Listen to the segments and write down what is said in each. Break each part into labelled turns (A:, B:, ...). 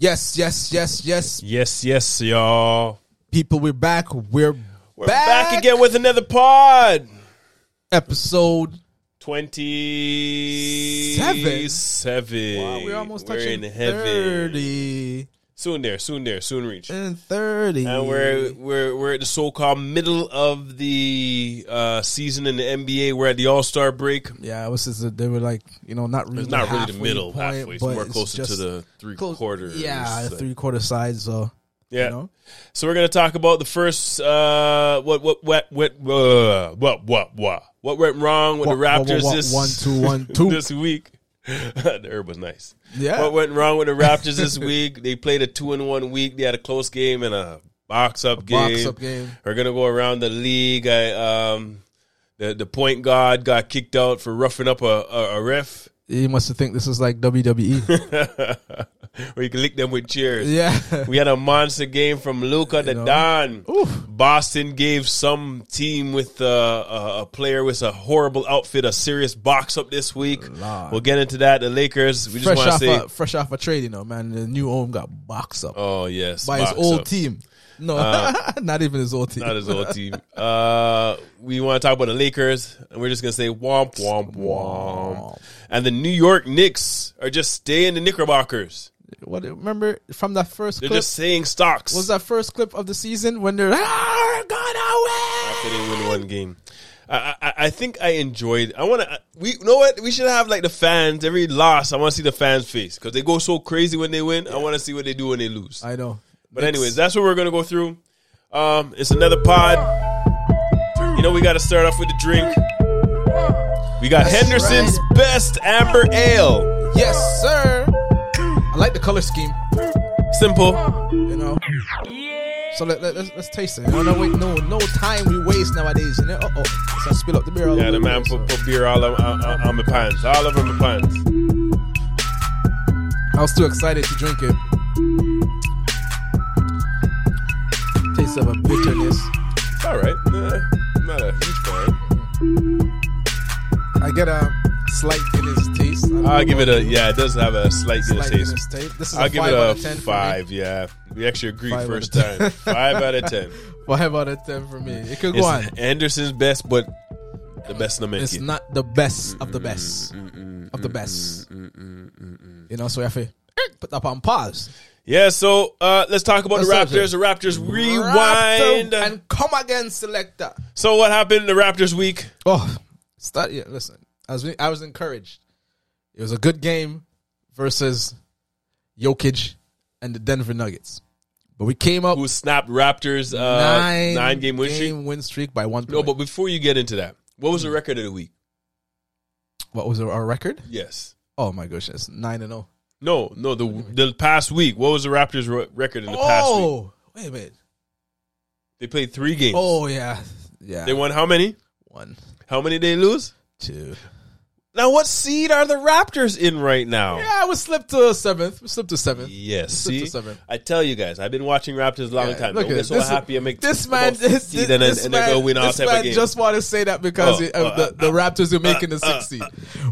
A: Yes, yes, yes, yes.
B: Yes, yes, y'all.
A: People, we're back. We're,
B: We're back, again with another pod.
A: Episode.
B: Twenty-seven. Seven.
A: Wow, we're almost
B: We're
A: touching
B: in heaven.
A: 30.
B: Soon there, soon there, soon reach.
A: And 30.
B: And we're we're we're at the so-called middle of the uh, season in the NBA. We're at the All Star break.
A: Yeah, it was just that they were like, you know, not really
B: It's not really the
A: halfway
B: middle,
A: point,
B: halfway. It's
A: but
B: more closer to
A: just
B: the three
A: close-
B: quarters.
A: Yeah, the three quarter side. So,
B: yeah.
A: you know?
B: So we're gonna talk about the first uh, what what what what uh, what what what what went wrong with
A: Wha-
B: the
A: wha- wha-
B: Raptors
A: wha-
B: this
A: one, two, one, two.
B: this week. the herb was nice.
A: Yeah.
B: What went wrong with the Raptors this week? They played a two in one week. They had a close game and a box up game.
A: box up game.
B: We're gonna go around the league. I um the the point guard got kicked out for roughing up a, a, a ref.
A: You must think this is like WWE.
B: Or you can lick them with cheers.
A: yeah.
B: We had a monster game from Luca to
A: know?
B: Don.
A: Oof.
B: Boston gave some team with uh, a, a player with a horrible outfit a serious box up this week.
A: Lord.
B: We'll get into that. The Lakers. We just
A: Fresh
B: want to
A: off,
B: say,
A: a, fresh off a trade, you know, man. The new home got boxed up.
B: oh yes,
A: by his
B: box
A: old
B: up. Uh,
A: team. No, not even his old team.
B: Not his old team. Uh, we want to talk about the Lakers, and we're just gonna say womp womp womp. And the New York Knicks are just staying the Knickerbockers.
A: What remember from that 1st
B: They're
A: clip?
B: just saying stocks.
A: was that first clip of the season when they're ah, gonna
B: They
A: win?
B: didn't win one game. I, I, I think I enjoyed. I want to. We you know what we should have like the fans every loss. I want to see the fans face because they go so crazy when they win. I want to see what they do when they lose.
A: I know.
B: But anyways, that's what we're gonna go through. Um, it's another pod. You know we got to start off with the drink. We got Henderson's best amber ale.
A: yes, sir. I like the color scheme.
B: Simple.
A: You know. So let, let, us let's taste it. You know, no, wait, no, no time we waste nowadays. You know. Uh oh, so I spill up the beer. All
B: Yeah,
A: over
B: the man
A: place,
B: put,
A: so.
B: put beer all on, on, on on my pants, all over my pants.
A: I was too excited to drink it. Taste of a bitterness.
B: All right, nah, I'm not a huge fan.
A: I get a slight Guinness taste. I don't know
B: I'll give it
A: about
B: a
A: you.
B: yeah. It does have a slight Guinness
A: Slight
B: taste.
A: Guinness taste. This is
B: I'll
A: a
B: give
A: five
B: it
A: out
B: a
A: of 10 for me.
B: five. Yeah, we actually agreed
A: Five out
B: first
A: of 10.
B: time. five out of ten.
A: Five out of ten for me. It could go on.
B: It's Anderson's best, but the best in the
A: It's
B: making.
A: not the best of
B: Mm,
A: the best of the best.
B: mm.
A: You know, so we have to put that on pause.
B: yeah. So uh, let's talk about the
A: Let's
B: Raptors. The Raptors rewind.
A: Raptor and come again, selector.
B: so what happened in the Raptors week?
A: Oh, start. Yeah, listen. I was I was encouraged. It was a good game versus Jokic and the Denver Nuggets, but we came up
B: Who snapped Raptors uh, nine,
A: nine
B: game win streak?
A: win streak by one point.
B: No, but before you get into that, what
A: Mm.
B: was the record of the week?
A: what was our record?
B: Yes.
A: Oh my gosh, it's nine and oh. zero.
B: No, no. The the past week. What was the Raptors' re- record in the past week?
A: Oh, wait a minute.
B: They played three games.
A: Oh yeah, yeah.
B: They won how many?
A: one,
B: How many did they lose?
A: two.
B: Now, what seed are the Raptors in right now?
A: Yeah, we slipped to seventh. We slipped to seventh.
B: Yes,
A: Six to
B: see,
A: seven.
B: I tell you guys, I've been watching Raptors a long
A: Yeah,
B: time.
A: look
B: Don't get
A: at
B: so
A: this-
B: happy. I make
A: This man,
B: about
A: this,
B: seed
A: this,
B: and, then-
A: this
B: and they
A: man,
B: go win all
A: this
B: type of
A: man
B: games.
A: just want to say that because
B: Oh, uh,
A: it- of the, the Raptors are making the sixth seed.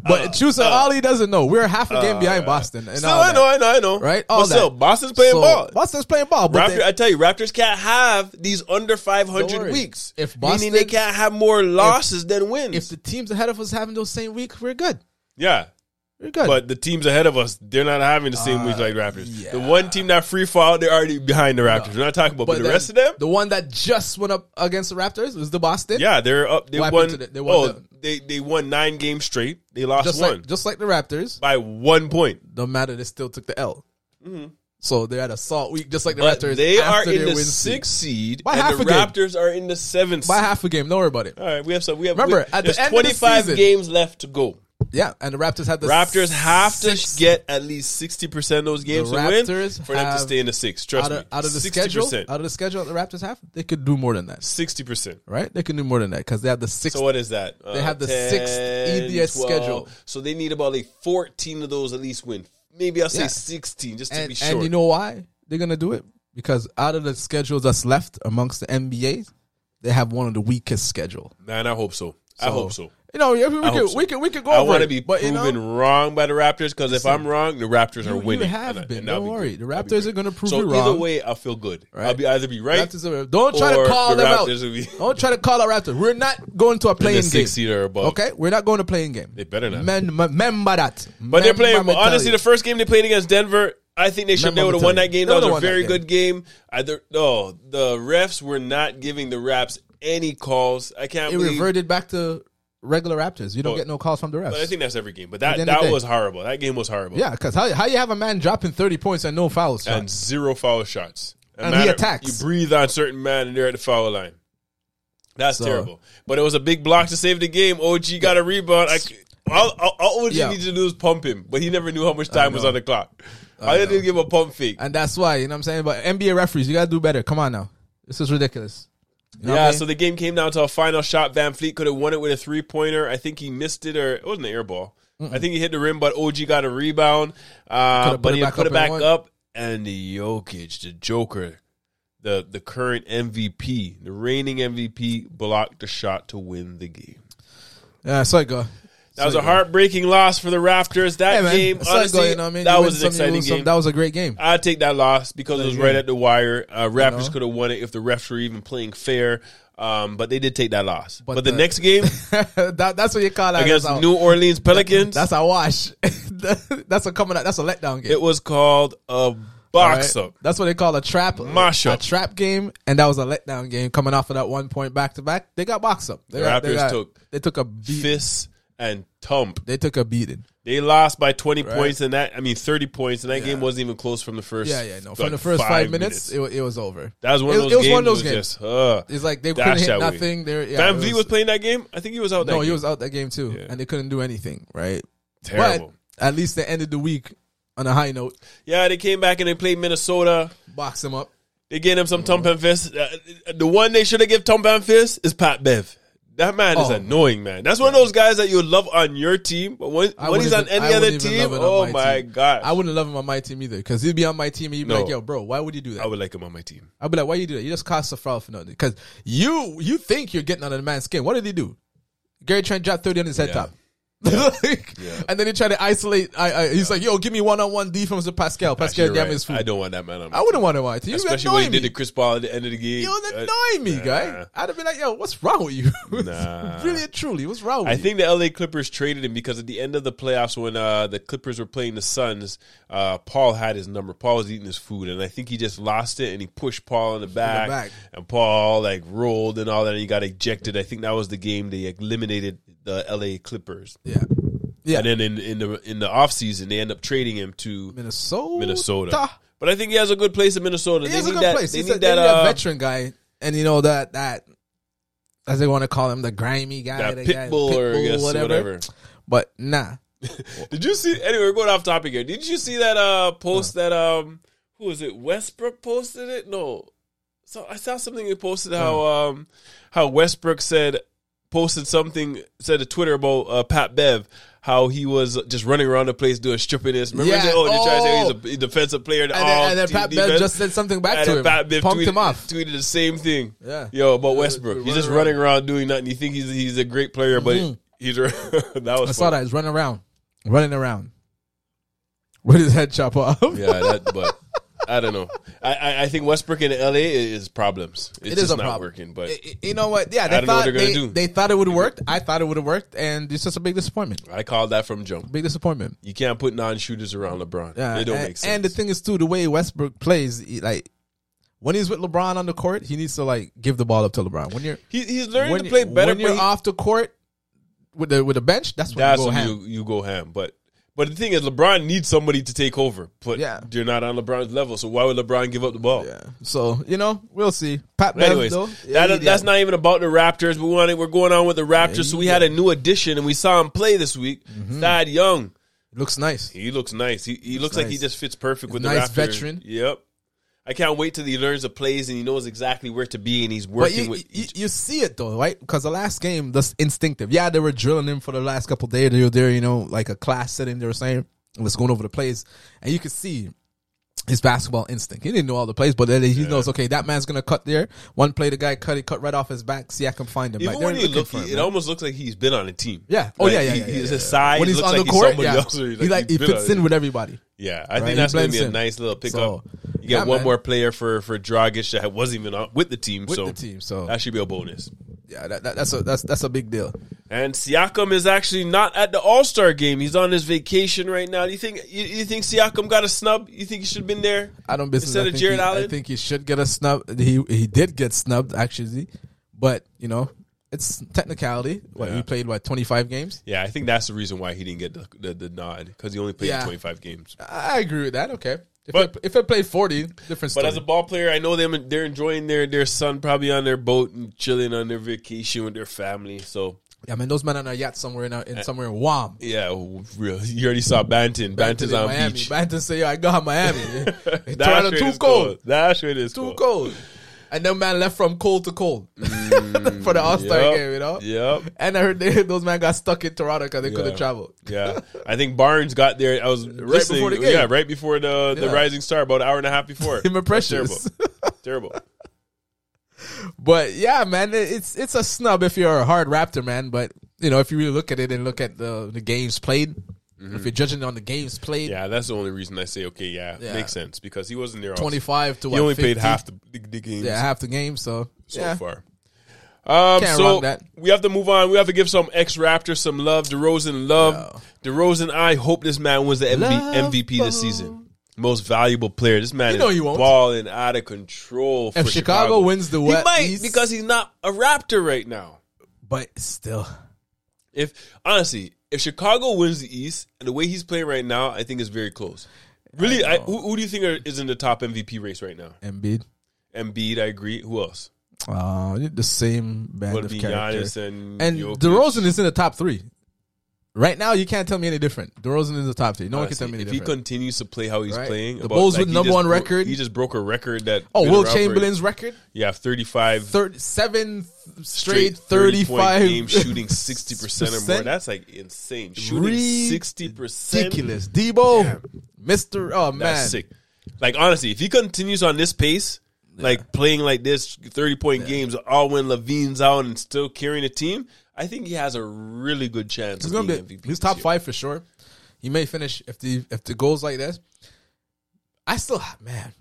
A: but Chusa, all he doesn't know, we're half
B: uh,
A: a game behind Boston. And
B: so
A: all
B: I
A: that.
B: know, I know, I know.
A: Right? All
B: All but still,
A: that.
B: Boston's playing
A: So,
B: ball.
A: Boston's playing ball, but
B: Raptor,
A: they-
B: I tell you, Raptors can't have these under five
A: Don't
B: hundred
A: worry.
B: weeks.
A: If
B: meaning they
A: Boston-
B: can't have more losses than wins.
A: if the teams ahead of us having those same week, we're good.
B: yeah.
A: We're good. Uh,
B: But the teams ahead of us, they're not having the same weeks like Raptors. The one team that free fall, they're already behind the Raptors. We're not talking about, but, the
A: then
B: rest of them,
A: the one that just went up against the Raptors was the Boston.
B: Yeah, they're up. They
A: What
B: won.
A: happened to the- they
B: they
A: won
B: oh,
A: the-
B: they they won nine games straight. They lost
A: just
B: one
A: like just like the Raptors.
B: by one point.
A: No matter, they still took the L. So they had a salt week, just like the
B: Mm-hmm. But
A: Raptors.
B: they are
A: after
B: in
A: their
B: the
A: win
B: sixth seed,
A: By
B: and
A: half
B: the
A: a game.
B: Raptors are in the seventh.
A: by
B: seed.
A: half a game. Don't worry about it.
B: All right, we have some. We have.
A: Remember,
B: we,
A: at the
B: there's
A: end of the
B: 25
A: season-
B: games left to go.
A: Yeah, and the Raptors had the
B: Raptors have to
A: sixth
B: get at least sixty percent of those games to win
A: Raptors
B: for them to
A: have
B: stay in the sixth. Trust
A: out of,
B: me,
A: out of the
B: 60%,
A: schedule. Out of the schedule, that the Raptors have they could do more than that,
B: Sixty percent.
A: right? They can do more than that because they have the sixth.
B: So what is that? They
A: have the sixth EDS schedule.
B: So they need about like fourteen of those at least win. Maybe I'll say
A: Yeah.
B: sixteen just to
A: and,
B: be
A: and
B: sure.
A: you know why they're gonna do it? Because out of the schedule that's left amongst the NBA, they have one of the weakest schedule.
B: Man, I hope so. I
A: So
B: hope so.
A: You know, yeah, we, we
B: I hope
A: could,
B: so.
A: we could we could go.
B: I
A: over
B: want to
A: it,
B: be
A: but, you
B: proven
A: know,
B: wrong by the Raptors because if I'm wrong, the Raptors are
A: you- you
B: winning.
A: have
B: and-
A: been.
B: and that'll
A: Don't
B: be
A: worry.
B: good.
A: The
B: That'll be
A: Raptors
B: good.
A: are gonna prove
B: so
A: you
B: either
A: wrong.
B: way, I feel good. I'll
A: Right.
B: be either be right.
A: Raptors are- don't try
B: or
A: to call
B: the
A: them
B: Raptors will be-
A: out. Don't try to call out Raptors. We're not going to a
B: in
A: playing
B: the
A: game.
B: six seater or above.
A: Okay, we're not going to playing game.
B: They better not.
A: Men, m- remember that.
B: But they're playing. honestly, the first game they played against Denver, I think they should.
A: Remember
B: They would have
A: to
B: won
A: tell
B: that
A: you.
B: game.
A: They
B: That
A: would've
B: was a
A: won that
B: very
A: game.
B: good game. Either no, the refs were not giving the Raps any calls. I can't
A: it
B: believe.
A: reverted back to regular Raptors. You don't
B: But-
A: get no calls from the refs.
B: But I think that's every game. But
A: the
B: that
A: end of the
B: that
A: day.
B: was horrible. That game was horrible.
A: yeah, because how, how you have a man dropping thirty points and no fouls? son?
B: and zero foul shots. A
A: And he
B: man-
A: attacks.
B: You breathe on certain man, and they're at the foul line. That's
A: So-
B: terrible. But it was a big block to save the game. OG got a rebound. I, c- all, all, all OG
A: Yeah.
B: needed to do was pump him, but he never knew how much time was on the clock. I, didn't give a pump fake.
A: and that's why you know what I'm saying. But NBA referees, you gotta do better. Come on now, this is ridiculous. You know what
B: yeah,
A: I mean?
B: so the game came down to a final shot. Van Fleet could have won it with a three pointer. I think he missed it, or it wasn't an air ball. I think he hit the rim, but OG got a rebound. Uh,
A: put
B: but
A: it
B: he
A: back
B: put
A: up and
B: it back
A: won.
B: up, and the Jokic, the Joker, the the current MVP, the reigning MVP, blocked the shot to win the game.
A: yeah, so I go.
B: That was a heartbreaking loss for the Raptors. That
A: Hey, man,
B: game,
A: so I go,
B: honestly,
A: you know what I mean?
B: that
A: You win
B: was an
A: some, you
B: exciting
A: lose some.
B: game.
A: That was a great game.
B: I take that loss because it was right
A: game.
B: at the wire. Uh, Raptors
A: know?
B: could have won it if the refs were even playing fair, um, but they did take that loss. But,
A: But
B: the,
A: the-
B: next game
A: that, that's what you call that.
B: against
A: that's a-
B: New Orleans Pelicans,
A: That's a wash. that's a coming. out. That's a letdown game.
B: it was called a
A: All
B: box
A: right?
B: up.
A: That's what they call a trap
B: Mash up.
A: A trap game, and that was a letdown game coming off of that one point back to back. They got box up. They
B: The
A: got, they
B: Raptors
A: got-
B: took
A: They took a beat.
B: Fists and thump.
A: They took a beating.
B: They lost by twenty points, and that I mean thirty points, and that game wasn't even close from the first.
A: Yeah, yeah, no. From
B: like,
A: the first five, minutes, it, wa- it was over.
B: that was one of
A: it-
B: those.
A: it was
B: games
A: one of those
B: that was
A: games.
B: Just, uh,
A: It's like they
B: dash
A: couldn't hit
B: that way.
A: nothing. They were- yeah,
B: Van
A: it
B: Vliet was playing that game. I think he was out. That
A: no,
B: game.
A: he was out that game too, and they couldn't do anything. Right,
B: terrible.
A: But at least they ended the week on a high note.
B: yeah, they came back and they played Minnesota.
A: Box them up.
B: They gave him some Tom and fist. Uh, the one they should have give Tom and fist is Pat Bev. That man is
A: Oh.
B: annoying, man. That's one of those guys that you love on your team, but when,
A: I
B: when he's on
A: wouldn't even-
B: any
A: I
B: other
A: wouldn't even
B: team,
A: love it on
B: oh my
A: team.
B: god, I
A: I wouldn't love him on my team either because he'd be on my team and you'd be
B: No.
A: like, "Yo, bro, why would you do that?"
B: would like him on my team.
A: I'd be like, why you do that? You just cast a foul for nothing. Because you you think you're getting under the man's skin. What did he do? Gary Trent dropped 30 on his head top. Like, And then he tried to isolate. I, I, he's like, yo, give me one on one defense with Pascal. Pascal
B: You're
A: damn
B: right.
A: his
B: I
A: food.
B: don't want that man on my
A: I, wouldn't want him on it. You
B: team.
A: would
B: Especially
A: annoy
B: when he did the
A: me.
B: Chris Paul at the end of the game.
A: You would
B: Uh,
A: annoy me,
B: nah.
A: guy. I'd have been like, yo, what's wrong with you?
B: Nah.
A: really and truly, what's wrong with
B: I
A: you?
B: think the LA Clippers traded him because at the end of the playoffs, when uh, the Clippers were playing the Suns, uh, Paul had his number. Paul was eating his food, and I think he just lost it and he pushed Paul in the back,
A: back.
B: and Paul like rolled and all that, and he got ejected. I think that was the game they eliminated the LA Clippers,
A: Yeah. Yeah.
B: and then in, in the in the offseason, they end up trading him to
A: Minnesota.
B: Minnesota. But I think he has a good place in Minnesota.
A: He
B: they
A: has a
B: need
A: good
B: that,
A: place.
B: They
A: He's
B: need
A: a,
B: that,
A: they need a
B: uh,
A: veteran guy, and you know that that as they want to call him, the grimy guy,
B: that
A: the guy,
B: pit bull or
A: pit bull,
B: yes, whatever.
A: But nah,
B: Did you see? Anyway, we're going off topic here. Did you see that uh post that um who was it? Westbrook posted it. No, so I saw something he posted how
A: Hmm.
B: um how Westbrook said posted something said to Twitter about uh, Pat Bev how he was just running around the place doing stripping this. Remember?
A: Yeah.
B: He said, oh, they're trying to
A: Oh.
B: say he's a defensive player. And,
A: and
B: all
A: then, and then
B: team
A: Pat
B: defense.
A: Bev just said something back
B: And
A: to
B: then
A: him,
B: Pat Bev
A: punked
B: tweeted,
A: him off.
B: tweeted the same thing.
A: Yeah.
B: Yo, about Westbrook. He's just
A: running Mm-hmm.
B: running around doing nothing. You think he's he's a great player, but he's that was
A: I saw that he's running around, running around with his head chop off.
B: Yeah, that, but I don't know. I, I, I think Westbrook in LA is problems. It's
A: It
B: just
A: is a
B: not
A: problem.
B: working. But
A: I- I- you know what? Yeah, they
B: don't know what
A: thought
B: they're gonna
A: they,
B: do.
A: they thought it would have worked. I thought it would have worked, and it's just a big disappointment.
B: I called that from jump.
A: Big disappointment.
B: You can't put non-shooters around LeBron.
A: Yeah,
B: it don't
A: and,
B: make sense.
A: and the thing is too, the way Westbrook plays, he, like when he's with LeBron on the court, he needs to like give the ball up to LeBron. When you're
B: he, he's learning
A: when,
B: to play better.
A: when you're
B: But he,
A: off the court with the with the bench, that's when
B: that's
A: you go
B: when
A: ham.
B: you you go ham. But but the thing is, LeBron needs somebody to take over. But
A: Yeah.
B: you're not on LeBron's level, so why would LeBron give up the ball?
A: yeah. So you know, we'll see. Pat
B: But
A: Bev,
B: anyways,
A: though,
B: that, that's not even about the Raptors. We wanted, we're going on with the Raptors, so we had a new addition, and we saw him play this week.
A: Mm-hmm.
B: Thad Young.
A: looks nice.
B: He looks nice. He, he looks like he
A: nice.
B: just fits perfect with
A: Nice
B: the Raptors.
A: veteran.
B: Yep. I can't wait till he learns the plays and he knows exactly where to be and he's
A: But
B: working
A: you,
B: with.
A: you,
B: each-
A: you see it though, right? Because the last game, that's instinctive. Yeah, they were drilling him for the last couple days. They were there, you know, like a class setting. They were saying, "Let's going over the plays," and you could see his basketball instinct. He didn't know all the plays, but then he knows okay that man's gonna cut there. One play, the guy cut it, cut right off his back. See, I can find him.
B: Even
A: Like,
B: when
A: they're
B: you
A: looking
B: look,
A: for him,
B: it
A: man.
B: almost looks like he's been on a team.
A: Yeah. Oh
B: Like,
A: yeah, yeah,
B: he-
A: yeah, yeah,
B: He's
A: yeah.
B: a size.
A: When he's
B: looks
A: on
B: like
A: the
B: he's
A: court,
B: somebody
A: yeah.
B: else already,
A: he like he
B: he's been
A: fits
B: on a
A: in with everybody.
B: Yeah, I
A: Right,
B: think that's
A: he
B: going to
A: blends
B: be a
A: in.
B: nice little pickup.
A: So,
B: you get
A: yeah,
B: one
A: man.
B: more player for for Dragic that wasn't even on, with the team,
A: With
B: so
A: the team, oh. so-
B: that should be a bonus.
A: Yeah, that, that, that's a that's that's a big deal.
B: And Siakam is actually not at the All Star game. He's on his vacation right now. Do you think you, you think Siakam got a snub? You think he should have been there?
A: I don't business.
B: Instead
A: I
B: of
A: think
B: Jared
A: he, I
B: Allen?
A: think he should get a snub. He he did get snubbed actually, but you know it's technicality. What he played what twenty five games.
B: Yeah, I think that's the reason why he didn't get the the, the nod because he only played
A: Yeah.
B: 25 games.
A: I agree with that. Okay, if
B: But-
A: I, if I played forty, different
B: But
A: story.
B: as a ball player, I know them. They're enjoying their their son probably on their boat and chilling on their vacation with their family. So
A: yeah, man, those men on a yacht somewhere in, a,
B: Eh.
A: in somewhere in Guam.
B: yeah, real. You already saw Banton. Banton's
A: in
B: on
A: Miami.
B: beach.
A: Banton say, "Yo, I got Miami.
B: That
A: Toronto
B: shit
A: too
B: is
A: cold,
B: That shit is
A: too cold." And then man left from cold to cold
B: Mm,
A: for the All Star game, you know.
B: Yep.
A: And I heard they, those men got stuck in Toronto because they
B: Yeah.
A: couldn't travel.
B: Yeah. I think Barnes got there. I was right
A: before the game.
B: Yeah, right before the, the
A: Yeah.
B: Rising Star, about an hour and a half before.
A: Him and
B: That's
A: Precious.
B: Terrible. terrible.
A: But yeah, man, it- it's it's a snub if you're a hard Raptor man. But you know, if you really look at it and look at the the games played, if you're judging on the games played,
B: Mm-hmm. Yeah, that's the only reason I say, okay, yeah,
A: Yeah.
B: makes sense because he wasn't there. all-
A: twenty five to
B: He
A: what,
B: only
A: 50?
B: played half the, the, the games
A: yeah half the game. So
B: so
A: yeah.
B: far. Um,
A: Can't
B: so
A: wrong that.
B: we have to move on. We have to give some ex Raptors some love. DeRozan, love. DeRozan, I hope this man wins the MV,
A: Love
B: MVP this
A: ball.
B: season. Most valuable player. This man
A: You know
B: is
A: he won't.
B: balling out of control. For
A: If Chicago wins the West
B: he might
A: East-
B: because he's not a Raptor right now.
A: But still,
B: If honestly, if Chicago wins the East and the way he's playing right now, I think it's very close. Really, I who, who do you think are, is in the top MVP race right now?
A: Embiid,
B: Embiid, I agree. Who else?
A: uh, the same band
B: Would
A: of
B: be
A: characters.
B: Giannis and
A: And
B: Jokic.
A: DeRozan is in the top three. Right now, you can't tell me any different. DeRozan is in the top three. No one can tell me
B: Honestly,
A: any
B: Uh, if he
A: different.
B: continues to play how he's
A: Right.
B: playing,
A: The Bulls with
B: he
A: number
B: just
A: one
B: bro-
A: record.
B: he just broke a record that
A: Oh,
B: been
A: Will
B: around for-
A: Chamberlain's record?
B: yeah thirty five
A: 37 straight, 35.
B: game shooting sixty percent or more.
A: percent.
B: That's like insane. Shooting
A: Ridiculous.
B: sixty percent,
A: Ridiculous. Debo, Mr. Oh, man.
B: That's sick. Like honestly, if he continues on this pace, like playing like this, thirty point games, all when Levine's out and still carrying a team, I think he has a really good chance.
A: He's
B: Of
A: gonna
B: being
A: be
B: MVP
A: he's
B: this
A: top
B: year.
A: five for sure. He may finish if the if the goals like this. I still ah, man,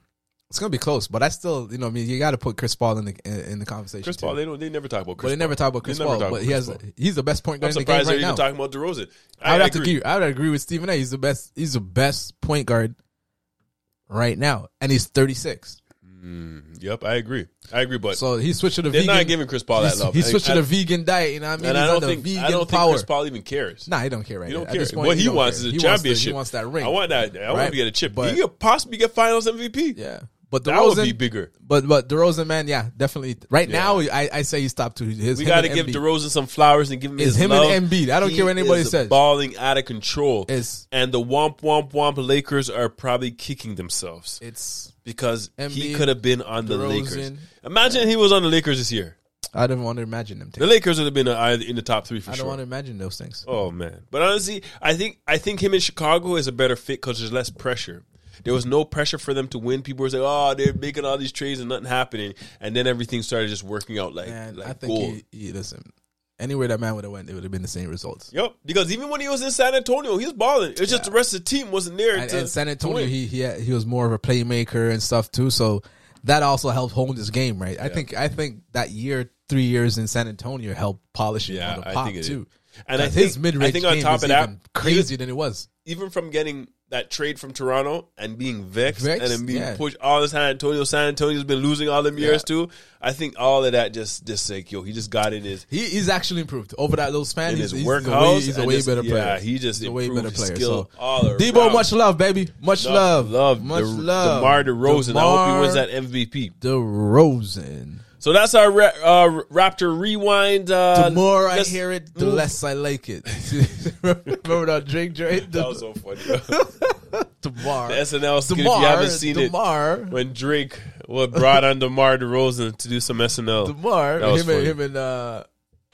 A: it's gonna be close, but I still you know I mean you got to put Chris Paul in the in, in the conversation.
B: Chris
A: too.
B: Paul, they don't, they never talk about
A: but
B: Chris.
A: they never talk about Chris
B: never
A: Paul,
B: talk
A: but
B: about
A: he
B: Chris
A: has he's the best point guard
B: I'm
A: in the game
B: surprised they're
A: right
B: even
A: now.
B: talking about DeRozan.
A: I would have to
B: agree.
A: agree. I would agree with Stephen A. He's the best. He's the best point guard right now, and he's thirty six.
B: Yep, I agree. I agree, but
A: So he switched to the
B: they're
A: vegan.
B: not giving Chris Paul
A: he,
B: that love.
A: He
B: I-
A: switched
B: I-
A: to the vegan diet. You know what I mean?
B: and
A: he's
B: I
A: on
B: don't
A: the
B: think
A: vegan
B: I don't
A: power.
B: think Chris Paul even cares.
A: Nah, he don't care right
B: He
A: now.
B: don't
A: At
B: care.
A: this point,
B: what he,
A: don't
B: wants
A: care.
B: is a
A: He wants the-
B: championship.
A: he wants that ring.
B: I want that. I want
A: Right?
B: to get a chip.
A: But-
B: he could possibly get Finals MVP.
A: Yeah, but
B: that would
A: DeRozan-
B: be bigger.
A: But but DeRozan, man, yeah, definitely. Right now, I, I say he's top two. His,
B: We
A: him
B: got to
A: and
B: give
A: Embiid.
B: DeRozan some flowers and give him
A: It's
B: his
A: him and
B: love.
A: Embiid. I don't care what anybody
B: is
A: says.
B: Balling out of control.
A: It's-
B: and the womp womp womp Lakers are probably kicking themselves
A: It's
B: because he
A: Embiid,
B: could have been on the
A: DeRozan.
B: Lakers. Imagine he was on the Lakers this year.
A: I don't want to imagine them.
B: The
A: Taking.
B: Lakers would have been uh, in the top three for
A: I don't
B: sure.
A: want to imagine those things.
B: Oh man, but honestly, I think I think him in Chicago is a better fit because there's less pressure. There was no pressure for them to win. People were saying, "Oh, they're making all these trades and nothing happening," and then everything started just working out like
A: And
B: like
A: I think
B: gold.
A: he, he listen. Anywhere that man would have went, it would have been the same results.
B: Yep, because even when he was in San Antonio, he was balling. It's just the rest of the team wasn't there.
A: And,
B: to,
A: and San
B: to
A: Antonio,
B: win.
A: he he had- he was more of a playmaker and stuff too. So that also helped hone his game, right? I think I think that year, three years in San Antonio helped polish him
B: Yeah,
A: on the
B: I
A: pop
B: think it-
A: too.
B: and I
A: 'Cause
B: think
A: his mid-range
B: I think on
A: game
B: top
A: was
B: of that,
A: even crazier than it was.
B: even from getting that trade from Toronto and being vexed,
A: Vexed,
B: and then being
A: yeah.
B: pushed all the San Antonio. San Antonio's been losing all them years too. I think all of that just just like yo, he just got in his
A: He, he's actually improved over that little span.
B: in
A: he's,
B: his
A: he's,
B: workhouse.
A: he's a
B: and
A: way, he's a way
B: just-
A: better player.
B: Yeah, he just
A: he's a
B: improved
A: way better player.
B: His skill
A: So
B: all around.
A: Debo, much love, baby. Much love,
B: love,
A: much
B: De-
A: love.
B: DeMar DeRozan. I hope he wins
A: DeMar
B: that MVP.
A: DeRozan.
B: So that's our Ra- uh, Raptor rewind. Uh,
A: The more I
B: let's-
A: hear it, the
B: move-
A: less I like it. Remember that Drake Drake?
B: That was
A: The,
B: so funny. the
A: DeMar.
B: SNL skit. if you
A: DeMar,
B: haven't seen
A: DeMar,
B: it, when Drake well, brought on DeMar DeRozan to do some SNL.
A: DeMar,
B: That was
A: him and,
B: funny.
A: him and uh,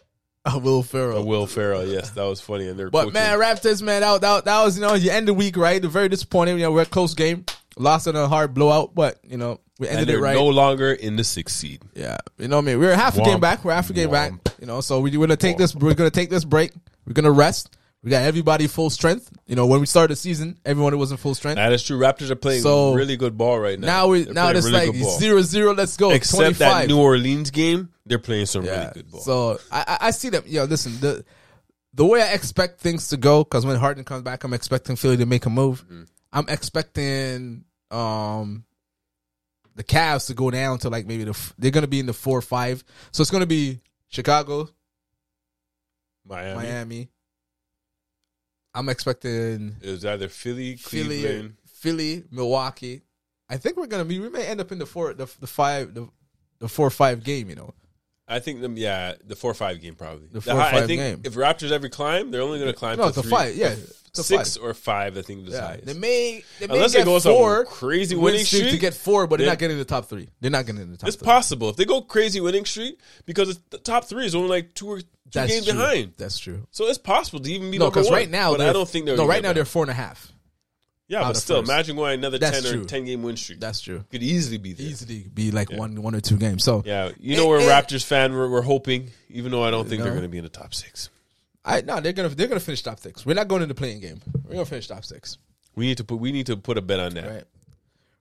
A: uh, Will Ferrell.
B: Will Ferrell, yes, that was funny. And they're
A: But
B: coaching.
A: man, Raptors, man, that, that that was you know you end the week right. Very disappointing. You know we're a close game. lost in a hard blowout, but you know we ended
B: and
A: it
B: they're
A: right.
B: no longer in the sixth seed.
A: yeah, you know what I mean. We We're half a game
B: Womp.
A: back. We're half a game back.
B: Womp.
A: You know, so we, we're gonna take this. We're gonna take this break. We're gonna rest. We got everybody full strength. You know, when we started the season, everyone was in full strength.
B: That is true. Raptors are playing
A: So,
B: really good ball right now.
A: now we
B: They're
A: now
B: playing
A: it's
B: really
A: like
B: good ball.
A: zero zero. Let's go.
B: Except
A: 25.
B: that New Orleans game, they're playing some
A: Yeah.
B: really good ball.
A: So I, I- I see them. Yo, listen, the the way I expect things to go, because when Harden comes back, I'm expecting Philly to make a move.
B: Mm-hmm.
A: I'm expecting um the Cavs to go down to like maybe the f- they're gonna be in the four or five. So it's gonna be Chicago,
B: Miami.
A: Miami. I'm expecting
B: It was either Philly, Cleveland.
A: Philly, Philly, Milwaukee. I think we're gonna be. We may end up in the four, the, the five, the, the four or five game. You know,
B: I think them. Yeah, the four five game probably.
A: The
B: The
A: four or
B: high-
A: five
B: I think
A: game.
B: if Raptors ever climb, they're only going to climb.
A: no,
B: to
A: it's a
B: three-
A: five. Yeah, it's a five.
B: six or five. I think the
A: Yeah,
B: highest.
A: they may they may
B: Unless
A: get
B: they go on some
A: four
B: crazy
A: win
B: winning
A: streak to
B: streak.
A: get four, but they're
B: They-
A: not getting in the top three. They're not getting in the top.
B: It's
A: three.
B: possible if they go crazy winning streak because it's the top three is only like two or two
A: That's
B: games
A: true.
B: behind.
A: That's true.
B: So it's possible to even be
A: No,
B: because
A: because right now,
B: but
A: they're-
B: I don't think they're
A: no.
B: gonna
A: Right
B: get
A: now, they're
B: back.
A: four and a half.
B: yeah,
A: out
B: but
A: of
B: still
A: first.
B: imagine going another
A: That's
B: ten
A: true.
B: or ten game win streak.
A: That's true.
B: could easily be there.
A: Easily be like one, one or two games. So
B: Yeah, you
A: Eh,
B: know we're a
A: eh.
B: Raptors fan. We're, we're hoping, even though I don't think
A: No.
B: they're going to be in the top six.
A: I no, they're gonna they're gonna finish top six. We're not going into playing game. We're gonna finish top six.
B: We need to put we need to put a bet on that.
A: Right.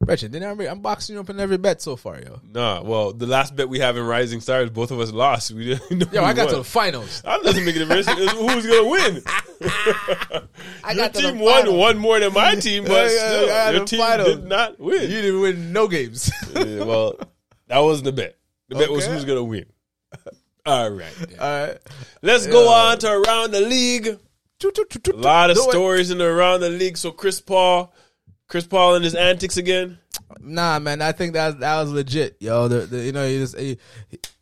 A: Reggie, then I'm, I'm boxing you up in every bet so far, yo.
B: Nah, well, the last bet we have in Rising Stars, both of us lost. We didn't know.
A: Yo,
B: who
A: I got to
B: won.
A: the finals.
B: That doesn't make a difference. It's Who's gonna win?
A: I
B: Your
A: got to
B: team
A: the
B: won
A: finals.
B: one more than my team, but
A: Yeah, yeah,
B: still,
A: yeah,
B: your
A: the
B: team
A: final.
B: did not
A: You
B: win.
A: didn't win no games.
B: Yeah, well, that wasn't the bet. The bet was
A: Okay.
B: who's gonna win. All right, then.
A: All right.
B: let's go on to around the league. A lot of
A: No, wait.
B: stories in the around the league. So Chris Paul, Chris Paul and his antics again.
A: Nah, man, I think that that was legit, yo. The, the you know he just he,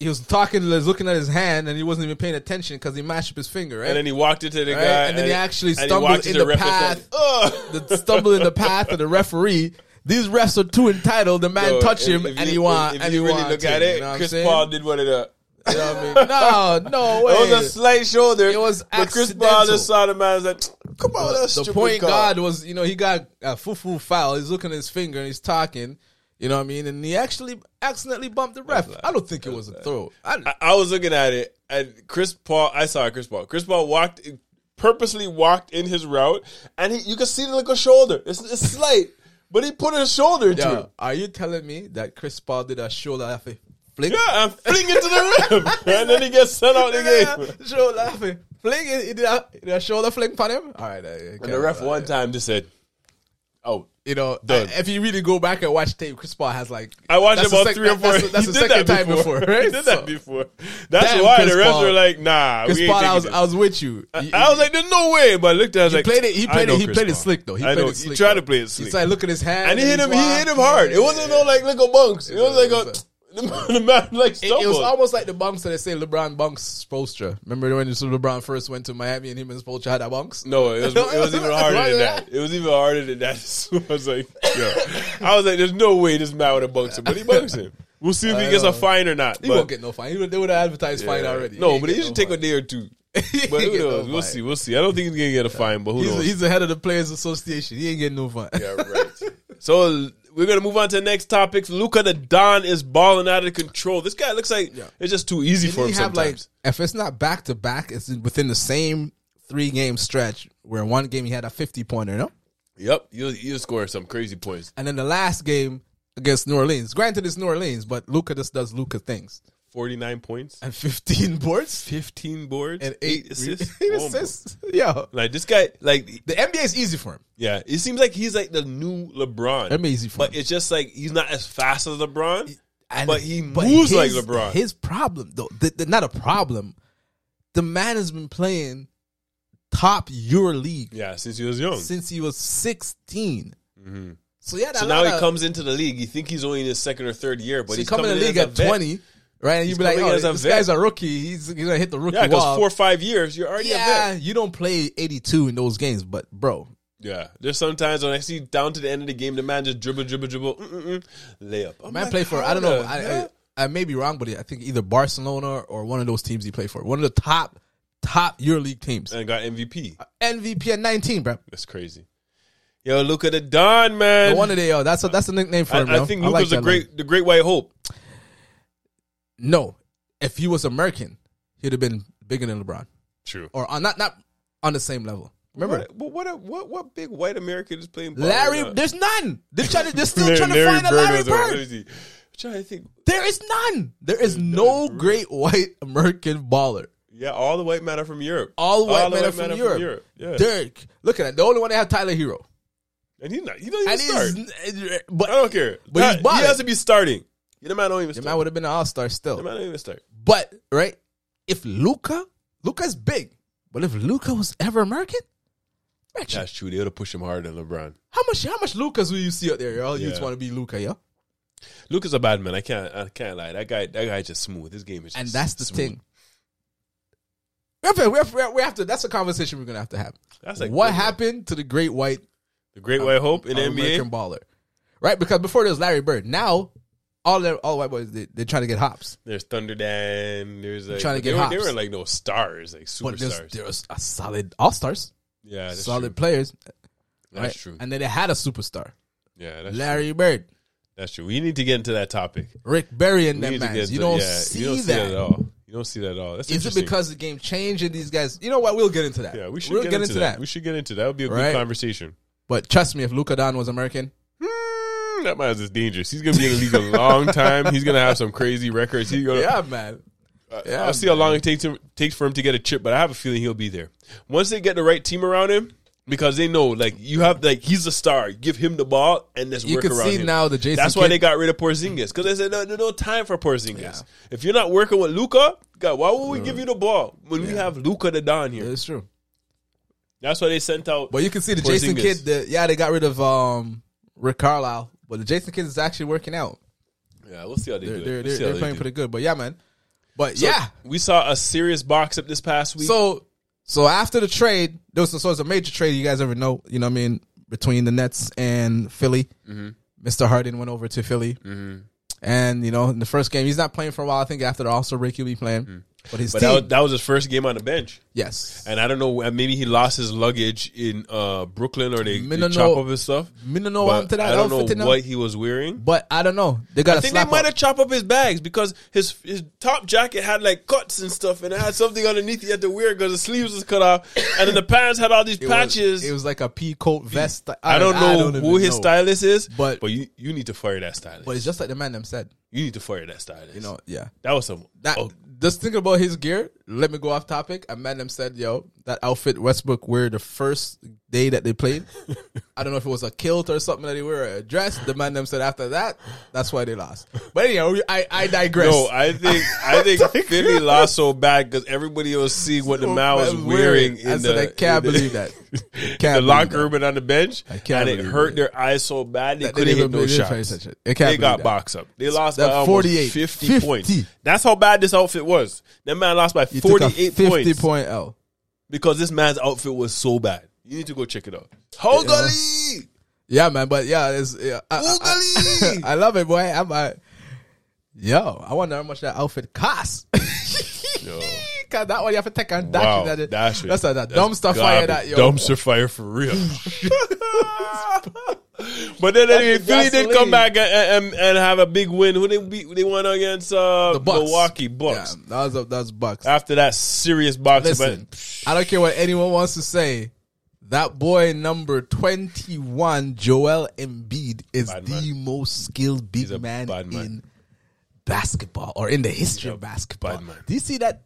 A: he was talking, he was looking at his hand, and he wasn't even paying attention because he mashed up his finger, right?
B: And then he walked into the
A: Right?
B: guy,
A: And then he actually
B: and he
A: stumbled
B: walked
A: in
B: into Oh.
A: the
B: ref and
A: path.
B: said, "Ugh."
A: the stumble in the path of the referee. These refs are too entitled. The man
B: Yo,
A: touched
B: if-
A: him,
B: if
A: and
B: you-
A: he won.
B: If
A: and
B: you
A: he
B: really
A: won
B: look
A: too,
B: at
A: you
B: it,
A: know what I'm
B: Chris
A: saying?
B: Paul did one of the.
A: You know what I mean? No, no way.
B: It was a slight shoulder.
A: It was
B: but Chris Paul
A: accidental.
B: just saw the man. and was like, "Come on, that's
A: the
B: stupid
A: point
B: call."
A: guard was, you know, he got a fufu foul. He's looking at his finger and he's talking. You know what I mean? And he actually accidentally bumped the ref. I don't think it was a throw. I,
B: I, I was looking at it, and Chris Paul. I saw Chris Paul. Chris Paul walked, purposely walked in his route, and he, you could see the little shoulder. It's, it's slight, but he put his shoulder to
A: Yeah.
B: it.
A: Are you telling me that Chris Paul did a shoulder laughing fling?
B: Yeah, and fling it to the rim, and then he gets sent out the game.
A: shoulder laughing fling. He he did a, he did a shoulder fling on him. All right,
B: And the ref one time just said, "Oh."
A: You know,
B: Done.
A: I- if you really go back and watch tape, Chris Paul has like
B: I watched
A: that's the
B: about
A: sec-
B: three or four.
A: That's, the- that's the
B: He did
A: second
B: that
A: time before, right?
B: He did
A: So,
B: that before. That's
A: Damn,
B: why
A: Chris
B: the refs
A: Paul.
B: were like, "Nah,
A: Chris
B: we ain't
A: Paul, I
B: taking
A: was
B: this."
A: I was with you. He-
B: I was like, there's no way. But I looked at it, I was like,
A: played it. He
B: I
A: played
B: know
A: it. He
B: Chris
A: played it
B: Paul.
A: slick though. He
B: I
A: played
B: know.
A: it
B: He
A: slick.
B: tried
A: though.
B: to play it slick,
A: He's like, look at his hand,
B: and he hit
A: he's
B: him. He hit
A: walking.
B: him hard. It wasn't no like little bunks. It was like a the, man like
A: It, it
B: stumbled.
A: was almost like the bunks that they say LeBron bunks Spolstra. Remember when LeBron first went to Miami and him and Spolstra had a bunks?
B: no, it was, it was even harder than that. It was even harder than that. So I was like, yo. I was like, there's no way this man would have bunked him, but he bunks him. We'll see if he gets a fine or not.
A: He
B: but-
A: won't get no fine. He would, they would have advertised fine already.
B: No,
A: ain't
B: but he
A: get
B: should
A: no
B: take a day or two.
A: fine.
B: But
A: He ain't
B: who
A: get no
B: knows? We'll
A: fine.
B: see. We'll see. I don't think he's gonna get a fine, but who
A: He's,
B: knows?
A: he's the head of the Players Association. He ain't getting no fine.
B: Yeah, right. so we're gonna move on to the next topics. Luca the Don is balling out of control. This guy looks like it's just too easy for
A: Didn't
B: him
A: he have like
B: sometimes.
A: if it's not back to back, it's within the same three game stretch where one game he had a fifty pointer, no,
B: yep, you'll you'll score some crazy points.
A: and then the last game against New Orleans. Granted, it's New Orleans, but Luca just does Luca things
B: Forty nine points,
A: and fifteen boards
B: fifteen boards,
A: and eight,
B: assists.
A: Eight
B: Oh,
A: assists. Yeah,
B: boy. Like this guy, like
A: the NBA is easy for him.
B: yeah, it seems like he's like the new LeBron.
A: NBA is easy for
B: but
A: him.
B: it's just like he's not as fast as LeBron.
A: And-
B: but he moves like
A: his-
B: LeBron.
A: His problem though, th- th- not a problem. The man has been playing top your league
B: yeah, since he was young.
A: since he was 16 So yeah,
B: Mm-hmm. so now he comes into the league. You think he's only in his second or third year, but
A: So you
B: he's
A: come in the league
B: as
A: at
B: a vet.
A: 20, right? And you'd be like,
B: coming
A: oh,
B: in as a
A: this
B: vet.
A: guy's a rookie. He's, he's gonna hit the rookie
B: Yeah, because
A: wall.
B: four or five years, you're already a vet.
A: yeah, you don't play 82 in those games, but bro,
B: Yeah, there's sometimes when I see down to the end of the game, the man just dribble, dribble, dribble, mm-mm-mm, layup. I'm
A: man
B: like,
A: played for
B: how
A: I don't know.
B: the
A: I,
B: hell?
A: I, I may be wrong, but I think either Barcelona or one of those teams he played for, one of the top top EuroLeague teams,
B: and got MVP.
A: MVP at 19, bro.
B: That's crazy. Yo, Luca the Don, man.
A: No wonder they are. That's a, that's the nickname for
B: I,
A: him. yo.
B: I think
A: like
B: Luca's
A: that
B: the great, the great white hope.
A: name. No, if he was American, he'd have been bigger than LeBron,
B: True.
A: or on, not not on the same level. Remember,
B: What, what, what, what, what big white American is playing? ball
A: Larry,
B: right now?
A: there's none. They're, trying to, they're still
B: Larry-
A: trying to
B: Larry
A: find a Larry
B: was a- let me
A: Bird.
B: see. I'm trying to think.
A: There is none. There is no great white American baller.
B: Yeah, all the white men are from Europe.
A: All white men are
B: white
A: from, Europe.
B: Yeah,
A: Dirk, look at that. The only one they have Tyler Hero,
B: and he's not. He don't even
A: and
B: start.
A: he's eh, but
B: I don't care.
A: But he's
B: Ty-
A: balling.
B: he has to be starting. The man don't even
A: the man
B: start.
A: would have been an All Star still.
B: The man don't even start.
A: But right, if Luca, Luca's big, but if Luca was ever American, Richard,
B: That's true. They would have pushed him harder than LeBron.
A: how much how much Lucas will you see out there? Y'all you just
B: Yeah.
A: want to be Luca, yeah.
B: Luke is a bad man. I can't. I can't lie. That guy. That guy just smooth. His game is.
A: And
B: just
A: that's the
B: smooth.
A: thing. We have, to, we, have, we have- we have to. That's a conversation we're gonna have to have.
B: That's like
A: what
B: the-
A: happened to the great white
B: The great white hope in the NBA.
A: American baller, right? Because before there was Larry Bird. Now all the all white boys they, they're trying to get hops,
B: There's Thunder Dan. There's like
A: trying to
B: they
A: get
B: were, They
A: hops.
B: were like no stars, like
A: but there's
B: superstars.
A: there's a solid all stars,
B: yeah, that's
A: solid
B: True.
A: players,
B: That's
A: right?
B: true.
A: And then they had a superstar,
B: yeah, that's,
A: Larry Bird.
B: that's true. We need to get into that topic.
A: Rick Barry and
B: We
A: them
B: need to
A: man.
B: get
A: You
B: to-
A: don't
B: yeah,
A: see
B: you don't see that at
A: that.
B: all. You don't see that at all. That's
A: Is it
B: interesting.
A: because the game changed and these guys? You know what? We'll get into that.
B: Yeah, we should
A: we'll
B: get, into, that. We should get into that. That would be a
A: Right?
B: good conversation.
A: But trust me, if Luka Don was American,
B: Hmm, that man is dangerous. He's gonna be in the league a long time. He's gonna have some crazy records. He's gonna.
A: yeah, man,
B: I-
A: yeah,
B: I'll see how long it takes him takes for him to get a chip, but I have a feeling he'll be there once they get the right team around him. Because they know, like you have, like he's a star. Give him the ball and let's
A: you
B: work
A: can
B: around
A: see
B: him.
A: now the Jason.
B: That's why
A: Kidd-
B: they got rid of Porzingis because they said no, no, no time for Porzingis. If you're not working with Luca, God, why
A: Uh-huh.
B: would we give you the ball when we have Luca the Don here?
A: It's true.
B: That's why they sent out.
A: But you can see the Jason
B: Porzingis.
A: Kidd. The, yeah, they got rid of um Rick Carlisle, but the Jason Kidd is actually working out.
B: yeah, we'll see how they
A: They're
B: do.
A: they're,
B: it. We'll
A: they're,
B: see how
A: they're
B: they
A: playing
B: do.
A: pretty good. But yeah, man. But
B: So,
A: yeah,
B: we saw a serious box up this past week.
A: so so after the trade, there was, so it was a major trade. You guys ever know? You know what I mean? Between the Nets and Philly,
B: Mm-hmm.
A: Mr. Harden went over to Philly, and you know in the first game he's not playing for a while. I think after the All Star break he'll be playing, but his
B: Mm-hmm.
A: team,
B: but that was, that was his first game on the bench,
A: yes,
B: and I don't know. uh, Maybe he lost his luggage in uh, Brooklyn, or they,
A: Me
B: they
A: don't
B: chop
A: know.
B: up his stuff.
A: Me don't know
B: But
A: what to that
B: I don't
A: outfit
B: know
A: now.
B: what he was wearing.
A: but I don't know. They got
B: I
A: a
B: think they
A: slap
B: might
A: up.
B: have chopped up his bags because his his top jacket had like cuts and stuff, and it had something underneath he had to wear because the sleeves was cut off, and then the pants had all these
A: It was-
B: patches.
A: It was like a pea coat vest.
B: I don't know who
A: even
B: his
A: know.
B: stylist is,
A: But-
B: but but you, you need to fire that stylist.
A: But it's just like the man them said.
B: you need to fire that stylist.
A: You know, yeah.
B: that was some
A: That
B: oh,
A: just thinking about his gear. Let me go off topic. A man them said, "Yo, that outfit Westbrook wear the first day that they played. I don't know if it was a kilt or something that he wear, or a dress. The man them said after that, that's why they lost. But anyhow, we- I I digress.
B: No, I think I think Philly lost so bad because everybody was seeing what the
A: So
B: man was
A: bad
B: wearing.
A: wearing.
B: In
A: I
B: the,
A: said, I can't
B: in the-
A: believe that. Can't
B: the
A: believe
B: locker
A: that.
B: room and on the bench,
A: I can't
B: and it
A: believe
B: hurt
A: it.
B: their eyes so bad they
A: That they didn't
B: couldn't hit
A: even-
B: no
A: they didn't try
B: shots.
A: such a- I can't
B: They
A: believe
B: got
A: that.
B: boxed up. They lost
A: that
B: by almost
A: 48,
B: 50,
A: 50.
B: points. That's how bad this outfit was. That man lost by
A: He took a
B: forty-eight
A: fifty
B: points
A: point L.
B: because this man's outfit was so bad. You need to go check it out. Hogali.
A: Yeah, man. But yeah, it's yeah, I, I,
B: Oogali!
A: I love it, boy. I'm I, yo. I wonder how much that outfit costs.
B: Yo.
A: Cause that one you have to take and dash
B: Wow,
A: it at it.
B: dash it.
A: That's like that dumpster fire
B: garbage.
A: that yo.
B: Dumpster fire for real. but then anyway,
A: the
B: Philly did
A: gasoline.
B: come back and, and, and have a big win. Who they beat? They won against uh,
A: The Bucks.
B: Milwaukee
A: Yeah,
B: Bucks.
A: that was a, that was bucks.
B: After that serious box,
A: Listen,
B: but
A: I don't care what anyone wants to say. That boy number twenty one, Joel Embiid, is
B: Bad
A: the most skilled big
B: a
A: man,
B: bad man.
A: in basketball or in the history of basketball.
B: bad man.
A: Do you see that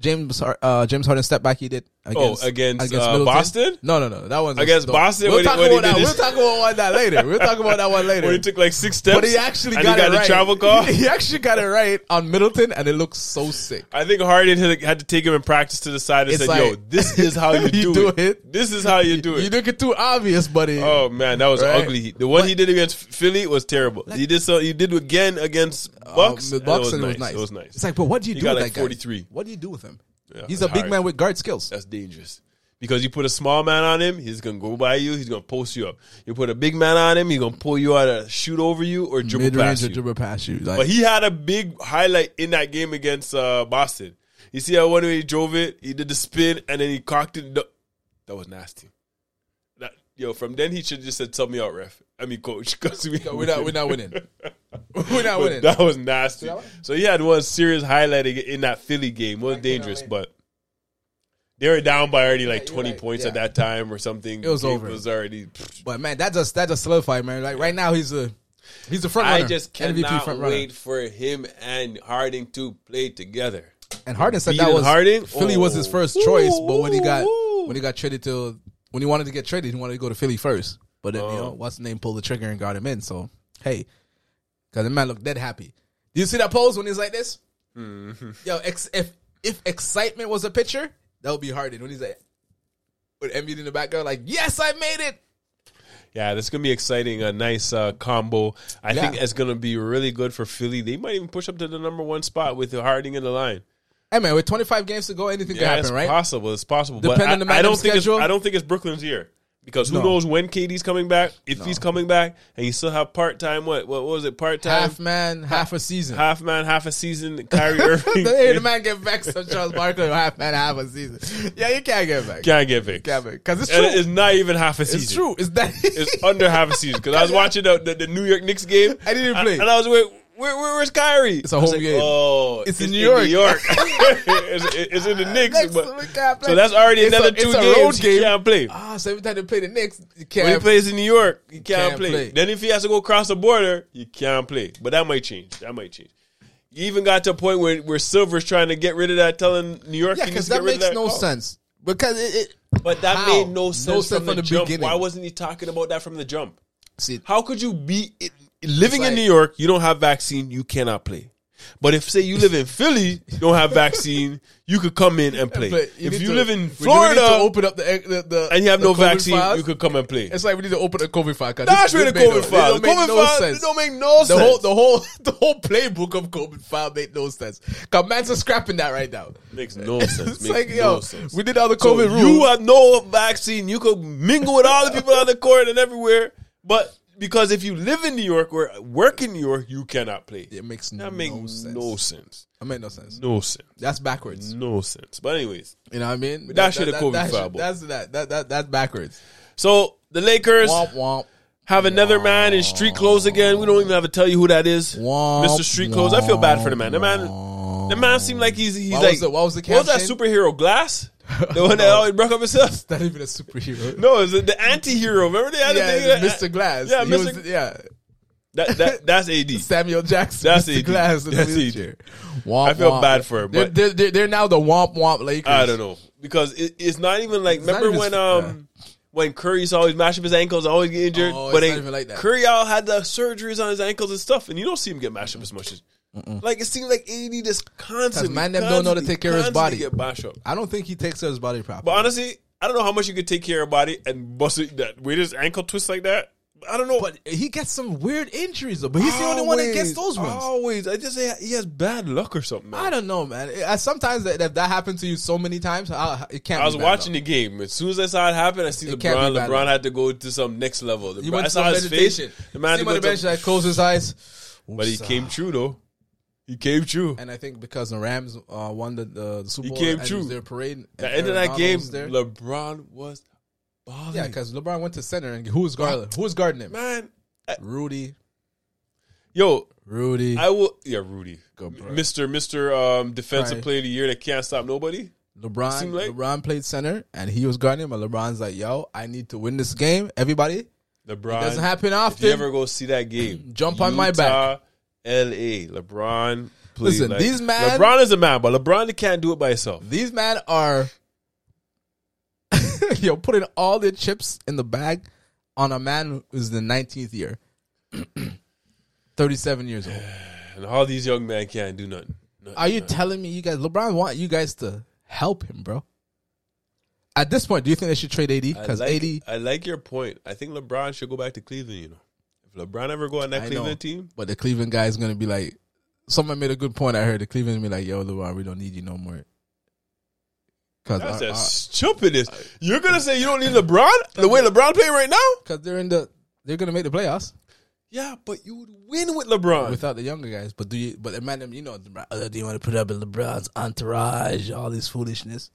A: James Har- uh, James Harden step back he did against
B: Oh, against, uh,
A: Middleton?
B: Boston?
A: No, no, no. That one
B: Against Boston,
A: We'll
B: when he-
A: talk
B: when he
A: about that.
B: did
A: We'll
B: his-
A: talk about one that later. We'll talk about that one later.
B: when he took like six steps,
A: But he actually
B: and
A: got,
B: he
A: it
B: got the
A: right.
B: travel call.
A: He actually got it right on Middleton, and it looks so sick.
B: I think Harden had had to take him in practice to the side and
A: It's
B: said,
A: like-
B: "Yo, this is how you, do, it. This is how you do it."
A: You look it too obvious, buddy.
B: Oh man, that was
A: Right.
B: ugly. The one he did against Philly was terrible. he did so. He did again against
A: Um,
B: Bucks.
A: the
B: and
A: Bucks,
B: it
A: and it was nice.
B: It was nice.
A: It's like, but what do you do
B: got
A: with
B: like
A: that guy?
B: 43.
A: What do you do with him?
B: Yeah,
A: He's a
B: that's
A: big
B: hard.
A: man with guard skills.
B: That's dangerous because you put a small man on him, he's gonna go by you. He's gonna post you up. You put a big man on him, he's gonna pull you out, of, shoot over you, or dribble
A: Mid
B: past
A: range or
B: you.
A: dribble past you. Like,
B: But he had a big highlight in that game against uh, Boston. You see how one way he drove it, he did the spin, and then he cocked it. That was nasty. That Yo, from then he should just said, "Tell me out, ref." I mean, coach, because we
A: No, we're not. We're not winning. We're not
B: But
A: winning.
B: That was nasty.
A: that one?
B: So he had one serious highlighting in that Philly game. It was dangerous,
A: wait.
B: but they were down by already like
A: you're
B: twenty
A: right.
B: points at
A: Yeah.
B: that time or something.
A: It was
B: Game
A: over.
B: Was already.
A: But man, that just that just solidified, man. Like right now, he's a he's a front
B: I
A: runner.
B: just
A: MVP
B: cannot
A: front runner.
B: wait for him and Harding to play together.
A: And Harden said that
B: Beating
A: was
B: Harden?
A: Philly was his
B: Oh.
A: first choice, but when he got
B: Ooh.
A: when he got traded to when he wanted to get traded, he wanted to go to Philly first. But then you
B: Oh.
A: know, what's the name pulled the trigger and got him in. So hey, because the man looked dead happy. Do you see that pose when he's like this?
B: Mm-hmm.
A: Yo, ex- if if excitement was a picture, that would be Harden when he's like with Embiid in the background, like yes, I made it.
B: Yeah, that's gonna be exciting. A nice uh, combo. I
A: Yeah.
B: think it's gonna be really good for Philly. They might even push up to the number one spot with Harding in the line.
A: Hey man, with 25 games to go, anything
B: Yeah,
A: can
B: it's
A: happen, right?
B: possible. It's possible.
A: Depending
B: but I,
A: on the
B: I
A: matchup
B: don't think it's,
A: schedule?
B: I don't think it's Brooklyn's year because who
A: No.
B: knows when KD's coming back? If he's coming back, and you still have part time. What, what what was it? Part time,
A: half
B: half,
A: man, half a season.
B: man, half a season. Kyrie Irving
A: hey, the man get back some Charles Barkley half man half a season. Yeah, you can't get back.
B: can't get fixed.
A: Can't because it's
B: And
A: true.
B: it's not even half a season.
A: it's true. It's that.
B: It's under half a season because I was watching the, the, the New York Knicks game.
A: I didn't
B: and-
A: play.
B: and I was like, where, where, "Where's Kyrie?" It's
A: a home game.
B: Oh,
A: It's in New York."
B: it's, it's in the Knicks.
A: Next
B: but-
A: to it, can't play.
B: so that's already
A: It's a-
B: another
A: it's
B: two
A: a
B: games.
A: road
B: He
A: game.
B: can't play.
A: ah, so every time they play the Knicks, you
B: When he
A: can't.
B: plays in New York, he can't,
A: can't
B: play.
A: play.
B: Then if he has to go across the border, he can't play. But that might change. That might change. You even got to a point where, where Silver's trying to get rid of that, telling New York,
A: yeah,
B: he
A: because
B: needs to get
A: that
B: rid of
A: makes no
B: call.
A: sense. Because it, it
B: But that
A: How?
B: made no
A: No sense
B: sense, from,
A: from the
B: the, jump.
A: beginning.
B: Why wasn't he talking about that from the jump?
A: see,
B: How could you be it, living in
A: like-
B: New York? You don't have vaccine. You cannot play. But if say you live in Philly, you don't have vaccine, you could come in and play.
A: but
B: if
A: need
B: you
A: to-
B: live in
A: we do need to
B: Florida
A: open up the the, the
B: and you have
A: the
B: no
A: COVID
B: vaccine,
A: files.
B: you could come and play.
A: It's like we need to open a COVID file. 'cause
B: That's
A: this-
B: where the
A: this made no-
B: COVID
A: It
B: file. The
A: don't make
B: COVID
A: no
B: file it
A: sense.
B: don't make no
A: The
B: sense.
A: whole the whole the whole playbook of COVID file made no sense. Cause man's are scrapping that right now.
B: makes no sense.
A: it's
B: Makes
A: like
B: no
A: yo,
B: sense.
A: we did all the
B: So
A: COVID rules.
B: You have no vaccine. You could mingle with all the people on the court and everywhere. But because if you live in New York or work in New York, you cannot play.
A: It makes
B: That
A: no
B: makes
A: sense.
B: no sense.
A: It made no sense.
B: No sense.
A: That's backwards.
B: No sense. But anyways,
A: You know what I mean? That,
B: shit a COVID
A: that,
B: foul ball.
A: That's that, that that that's backwards.
B: so the Lakers
A: Womp womp.
B: have another man in street clothes again. We don't even have to tell you who that is,
A: Womp,
B: Mister Street Clothes. I feel bad for the man. The man, the man seemed like he's he's
A: What
B: like
A: was the- what was the
B: that
A: caption?
B: superhero Glass? The one that always broke up himself.
A: Not even a superhero.
B: No, it's the anti-hero. Remember the other thing?
A: yeah,
B: that-
A: Mr. Glass.
B: Yeah,
A: He
B: Mr.
A: was- yeah.
B: That, that that's AD.
A: Samuel Jackson.
B: That's
A: Mr.
B: it.
A: Glass in
B: That's
A: the
B: it.
A: wheelchair. Womp,
B: I feel
A: womp.
B: bad for him,
A: They're,
B: but-
A: they're, they're, they're now the womp womp Lakers.
B: I don't know because it, it's not even like.
A: not
B: remember
A: even s-
B: when um when Curry's always mash up his ankles, always get injured.
A: Oh,
B: but
A: it's not
B: then
A: even like that.
B: Curry all had the surgeries on his ankles and stuff, and you don't see him get mashed up as much as. Like it seems like AD just constantly.
A: man them don't know to
B: constantly,
A: take care of his
B: constantly
A: body.
B: Get mashed up.
A: I don't think he takes care of his body properly.
B: But honestly, I don't know how much you could take care of body and bust it that with his ankle twist like that. I don't know.
A: But he gets some weird injuries, though. But he's the only one that gets
B: Always,
A: those ones.
B: Always, I just say he has bad luck or something. man.
A: I don't know, man. I- sometimes that, if that happened to you so many times, I, it can't.
B: I
A: be
B: was
A: bad
B: watching
A: luck.
B: the game. As soon as I saw it happen, I see
A: It can't
B: LeBron.
A: be bad
B: LeBron
A: luck.
B: had to go to some next level. LeBron,
A: He
B: I
A: went
B: saw
A: to
B: his
A: meditation.
B: face. The
A: See
B: man had
A: him
B: to
A: on
B: go
A: the bench,
B: to,
A: like closed his eyes.
B: but he
A: Oops,
B: came
A: ah.
B: true though. He came true.
A: And I think because the Rams uh, won the, the, the Super
B: He
A: Bowl,
B: came
A: and it was
B: true.
A: Their parade. and
B: the end
A: Aaron
B: of that
A: Donald
B: game,
A: was there.
B: LeBron was balling.
A: yeah, because LeBron went to center, and who's guarding? Who's guarding him?
B: man,
A: Rudy,
B: yo,
A: Rudy.
B: I will. Yeah, Rudy,
A: Go, bro.
B: Mister Mister um, Defensive
A: Right.
B: Player of the Year that can't stop nobody.
A: LeBron,
B: seemed like-
A: LeBron played center, and he was guarding him. And LeBron's like, "Yo, I need to win this game. Everybody,
B: LeBron
A: doesn't happen
B: If you
A: often.
B: ever go see that game,
A: Jump on my
B: Utah, L.A. LeBron. Please,
A: Listen, these man-
B: LeBron is a man, but LeBron can't do it by himself.
A: These men are yo putting all their chips in the bag on a man who's the 19th year, 37 years old.
B: And all these young men can't do nothing. Nothing,
A: Are you
B: nothing.
A: telling me you guys LeBron want you guys to help him, bro? At this point, do you think they should trade AD?
B: I
A: Because
B: like,
A: AD,
B: I like your point. I think LeBron should go back to Cleveland. You know, if LeBron ever go on that
A: I
B: Cleveland
A: know,
B: team,
A: but the Cleveland guy is gonna be like. Someone made a good point. I heard the Cleveland be like, "Yo, LeBron, we don't need you no more."
B: that's the
A: Because
B: stupidest. You're gonna say you don't need LeBron the way LeBron playing right now?
A: because they're in the they're gonna make the playoffs.
B: Yeah, but you would win with LeBron.
A: without the younger guys. But do you? But imagine you know, LeBron- uh, do you want to put up in LeBron's entourage, all this foolishness?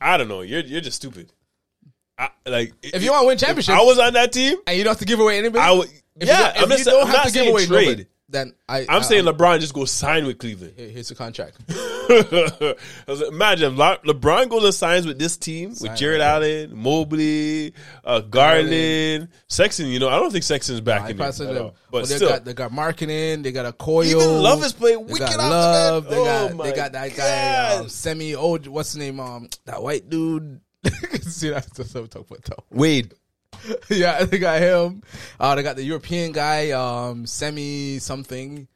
B: I don't know. You're you're just stupid. I, like
A: If you want to win championship
B: I was on that team.
A: and you don't have to give away anybody,
B: I would.
A: if you
B: yeah,
A: don't, if you
B: I'm, not,
A: don't
B: saying- I'm
A: have
B: not
A: to give
B: saying
A: away
B: trade.
A: nobody, Uh-uh. then I,
B: I'm
A: I-
B: saying LeBron just go sign with Cleveland.
A: here- here's the contract.
B: I was like, Imagine if Le- LeBron goes and signs with this team
A: Sign
B: with Jared Allen, Mobley, uh, Garland, Sexton. You know, I don't think Sexton's back
A: I
B: in there
A: pass it
B: at
A: to them.
B: all.
A: Well,
B: But
A: they
B: still,
A: got they got marketing. They got a Koyo.
B: Even Love is playing
A: They
B: wicked
A: got
B: off the
A: love.
B: bench.
A: They
B: Oh
A: got
B: my
A: they got that guy um,
B: God.
A: semi old. What's his name? Um, that white dude. See, that's that's what I'm talking about. though.
B: Wade.
A: yeah, they got him. Uh, they got the European guy. Um, semi something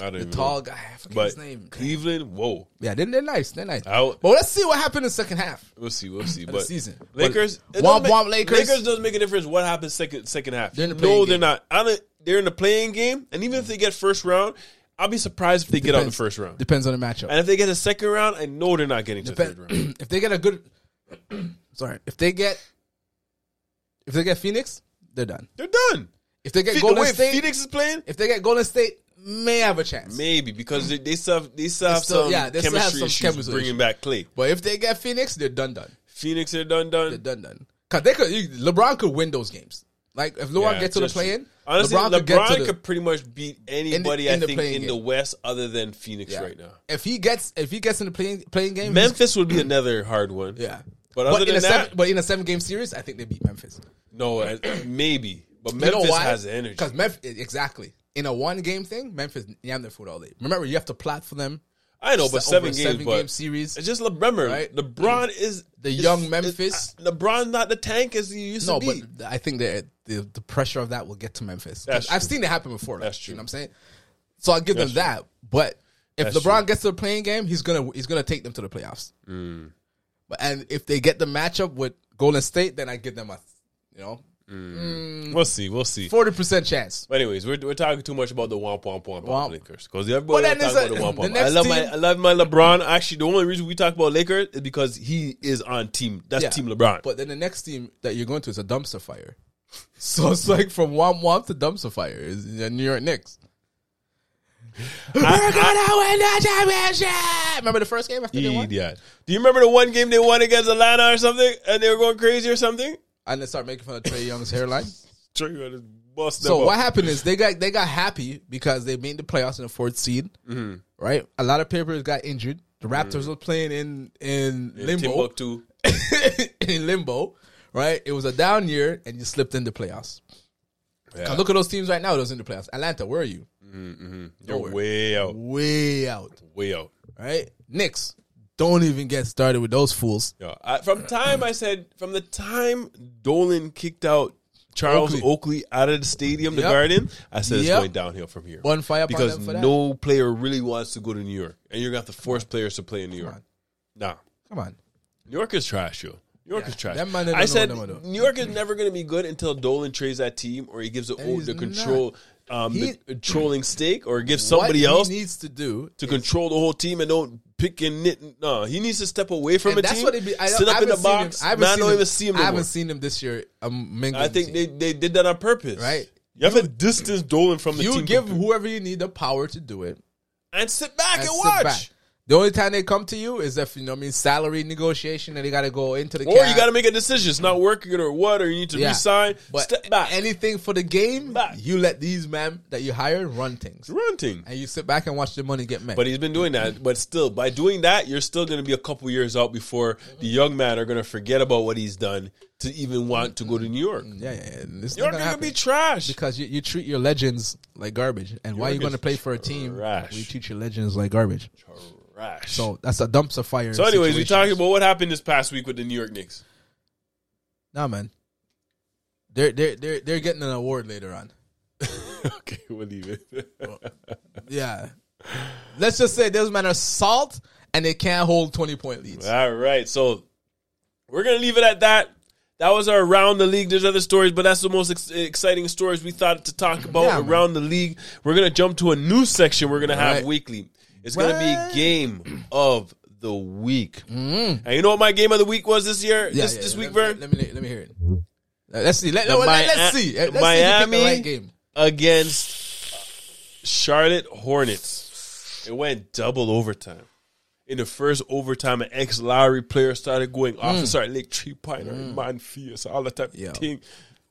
B: I don't even
A: tall
B: know.
A: guy. I forget
B: But
A: his name.
B: Cleveland, whoa.
A: Yeah, they're, they're nice. They're nice.
B: I would-
A: But let's see what happened in the second half.
B: We'll see. We'll see. But
A: season.
B: Lakers.
A: But-
B: it doesn't
A: Womp womp Lakers.
B: Lakers doesn't make a difference what happens second second half.
A: They're in the
B: no,
A: playing
B: they're
A: game.
B: not. I don't, they're in the playing game, and even if they get first round, I'll be surprised if they get out in the
A: Depends-
B: first round.
A: Depends on the matchup.
B: And if they get a second round, I know they're not getting to the
A: Depend-
B: third round.
A: if they get a good, sorry, if they get, if they get Phoenix, they're done.
B: They're done.
A: If they get
B: Fe- the
A: Golden
B: way
A: State,
B: Phoenix is playing,
A: if they get Golden State, may have a chance.
B: maybe because they, they still have, they still have
A: still-
B: some
A: yeah, they still
B: chemistry
A: have some
B: issues
A: chemistry
B: bringing
A: issues.
B: back Clay.
A: But if they get Phoenix, they're done. Done.
B: Phoenix are done, done.
A: They're done. Done. Cause they could. you- LeBron could win those games. Like if LeBron
B: Yeah,
A: gets to the
B: just-
A: play-in,
B: Honestly, LeBron,
A: could get to
B: could
A: the.
B: pretty much beat anybody
A: in the
B: I think
A: playing
B: in the
A: game.
B: West other than Phoenix
A: yeah.
B: right now.
A: If he gets, if he gets in the playing playing game, he's-
B: Memphis would be another hard one.
A: yeah.
B: But
A: in
B: other than
A: a
B: that,
A: seven, but in a seven game series, I think they beat Memphis.
B: no, uh, maybe. But Memphis has the energy.
A: Because Memphis, exactly. In a one game thing, Memphis yam their food all day. Remember, you have to plot for them.
B: I know, but
A: Over
B: seven
A: a
B: games,
A: seven
B: but
A: game series.
B: It's just remember,
A: Right? Mm.
B: LeBron is
A: The
B: is-
A: young
B: is-
A: Memphis.
B: uh, LeBron's not the tank as he used
A: No,
B: to
A: but
B: be.
A: I think that the, the pressure of that will get to Memphis.
B: That's
A: I've
B: true.
A: seen it happen before. like,
B: That's true.
A: You know what I'm saying? So I'll give them that. But if
B: That's
A: LeBron
B: true.
A: gets to the playing game, he's gonna he's gonna take them to the playoffs.
B: Mm.
A: But and if they get the matchup with Golden State, then I give them a you know mm.
B: we'll see. We'll see.
A: forty percent chance.
B: But anyways, we're, we're talking too much about the womp womp womp,
A: Womp.
B: womp. Lakers because everybody
A: But
B: talking
A: then
B: about
A: it's a-
B: the womp
A: the
B: womp. I
A: next
B: love my
A: team-
B: I love my LeBron. Actually, the only reason we talk about Lakers is because he is on team. That's
A: Yeah.
B: team LeBron.
A: But then the next team that you're going to is a dumpster fire. So it's like from Womp Womp to dumpster fire is the New York Knicks. We're gonna win the championship. Remember the first game after they won,
B: Idiot. Do you remember the one game they won against Atlanta or something, and they were going crazy or something?
A: and they start making fun of Trey Young's hairline.
B: Trigger just bust
A: So
B: them
A: what
B: up.
A: happened is they got they got happy because they made the playoffs in the fourth seed, right? A lot of papers got injured. The Raptors were playing in in limbo,
B: Timbuktu.
A: in limbo, right? It was a down year, and you slipped into playoffs. 'Cause
B: Yeah.
A: Look at those teams right now; those in the playoffs. Atlanta, where are you?
B: You're way out,
A: Way out,
B: way out.
A: right? Knicks, don't even get started with those fools.
B: Yeah, I, from time I said from the time Dolan kicked out Charles
A: Oakley.
B: Oakley, out of the stadium, the
A: Yep.
B: Garden, I said it's
A: Yep.
B: going downhill from here.
A: One fire upon
B: because
A: them for that.
B: no player really wants to go to New York, and you're gonna have to force players to play in New York.
A: on.
B: Nah,
A: Come on,
B: New York is trash, yo. New York is trash.
A: that man don't
B: I
A: know
B: said
A: what they wanna do.
B: New York is never going to be good until Dolan trades that team or he gives the, oh,
A: he's
B: the
A: not.
B: control, um,
A: He-
B: the controlling stake, or gives
A: what
B: somebody
A: he
B: else
A: needs to do
B: to control the whole team and don't pick and knit. No, he needs to step away from
A: And
B: a
A: that's
B: team.
A: what it be. I,
B: sit
A: I
B: up
A: haven't
B: in the
A: seen him-
B: box.
A: I
B: I
A: haven't
B: man, I
A: seen
B: don't
A: him-
B: even see him.
A: I
B: No
A: haven't
B: more.
A: seen him this year. Um, mingling
B: I think
A: team.
B: they, they did that on purpose.
A: Right.
B: You have to distance Dolan from the
A: you
B: team
A: give
B: completely.
A: whoever you need the power to do it
B: and sit back and,
A: and sit
B: watch.
A: back. The only time they come to you is if you know what I mean salary negotiation and they got to go into the
B: Or
A: cap.
B: you got to make a decision. It's not working or what, or you need to
A: Yeah.
B: resign.
A: but
B: step back. And
A: anything for the game.
B: Back.
A: You let these men that you hire run things,
B: Runting.
A: and you sit back and watch the money get made.
B: But he's been doing that. But still, by doing that, you're still going to be a couple years out before the young man are going to forget about what he's done to even want to go to New York. New
A: yeah, yeah, yeah. This
B: York
A: not
B: is
A: Mm. gonna
B: going to
A: happen
B: be trash.
A: because you, you treat your legends like garbage. And why
B: York
A: you going to
B: is
A: play for a team?
B: trash.
A: where You treat your legends like garbage.
B: Trash.
A: So that's a dumpster fire.
B: So, anyways, we
A: situation.
B: talking about what happened this past week with the New York Knicks.
A: Nah, man. They're they're they're they're getting an award later on.
B: okay, we'll leave it.
A: Yeah. Let's just say those men are salt and they can't hold twenty point leads.
B: All right, so we're gonna leave it at that. That was our around the league. There's other stories, but that's the most ex- exciting stories we thought to talk about
A: Yeah, man.
B: around the league. We're gonna jump to a new section. We're gonna have
A: right.
B: weekly. It's gonna
A: What? Mm.
B: be game of the week. And you know what my game of the week was this year?
A: Yeah,
B: this
A: yeah,
B: this
A: yeah. let,
B: week, Vern.
A: let, me let me hear it. Let's see. Let,
B: The
A: us
B: Mi-
A: see. Let's see if you pick
B: Miami
A: the right game.
B: against Charlotte Hornets. It went double overtime. in the first overtime, an ex Lowry player started going off
A: Mm.
B: and started like three pointer, man, fierce, all that type
A: Yeah.
B: of thing.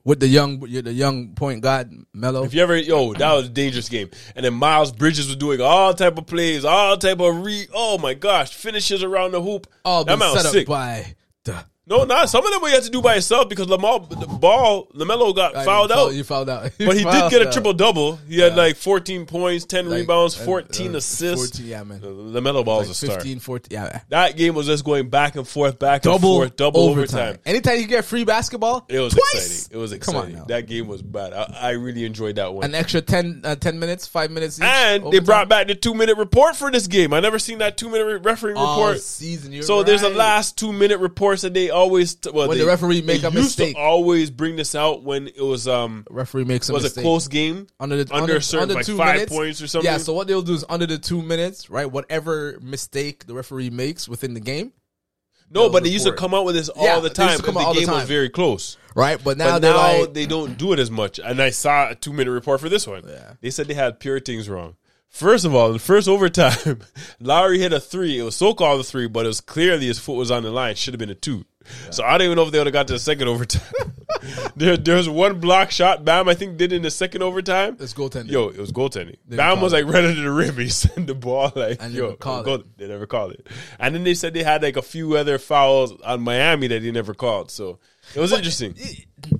A: with the young the young point guard Mello.
B: If you ever, yo, that was a dangerous game. And then Miles Bridges was doing all type of plays, all type of re. Oh my gosh, finishes around the hoop.
A: all
B: that
A: Oh, been
B: man
A: set
B: was
A: up
B: sick.
A: by the
B: no, not some of them we had to do by yourself because Lamar the ball Lamelo got fouled out.
A: You fouled out,
B: But he did
A: Fouled
B: get a
A: out.
B: triple double. He had like 14 points, 10
A: Like,
B: rebounds,
A: uh,
B: 14
A: uh,
B: assists.
A: 14, yeah, man.
B: The metal ball's a star.
A: 15, 14, yeah.
B: That game was just going back and forth, back and
A: Double,
B: forth, double overtime.
A: Anytime you get free basketball,
B: It was
A: twice,
B: exciting. It was
A: Come on
B: exciting.
A: now.
B: that game was bad. I, I really enjoyed that one.
A: An
B: And,
A: extra 10, uh, 10 minutes, five minutes. Each
B: they
A: overtime.
B: brought back the two minute report for this game. I never seen that two minute re- referee
A: all
B: report.
A: season. Oh, You're
B: So there's a
A: right.
B: last two minute reports that they always t- well,
A: When
B: they-
A: the referee make
B: they
A: a
B: used
A: mistake.
B: To always bring this out when it was um
A: Referee makes a
B: was
A: mistake.
B: a close game
A: under the
B: under a certain like five points or something.
A: Yeah, so what they'll do is under the two minutes, right? Whatever mistake the referee makes within the game,
B: No,
A: they'll
B: but they used to
A: report.
B: come out with this all
A: Yeah,
B: the
A: they used
B: time.
A: to come
B: and
A: out all
B: the
A: the
B: game was
A: time.
B: very close.
A: right? But now
B: But
A: they're
B: now
A: like,
B: they don't do it as much. And I saw a two minute report for this one.
A: Yeah.
B: They said they had pure things wrong. First of all, in the first overtime, Lowry hit a three. It was so called a three, but it was clearly his foot was on the line. Should have been a two. So I don't even know if they would have got to the second overtime. there, there's one block shot Bam I think did in the second overtime.
A: it's goaltending.
B: Yo, it was goaltending.
A: didn't
B: Bam
A: call
B: was like right under the rim. He sent the ball like
A: And they
B: yo.
A: didn't call
B: goal- They never called it. And then they said they had like a few other fouls on Miami that he never called. So it was interesting.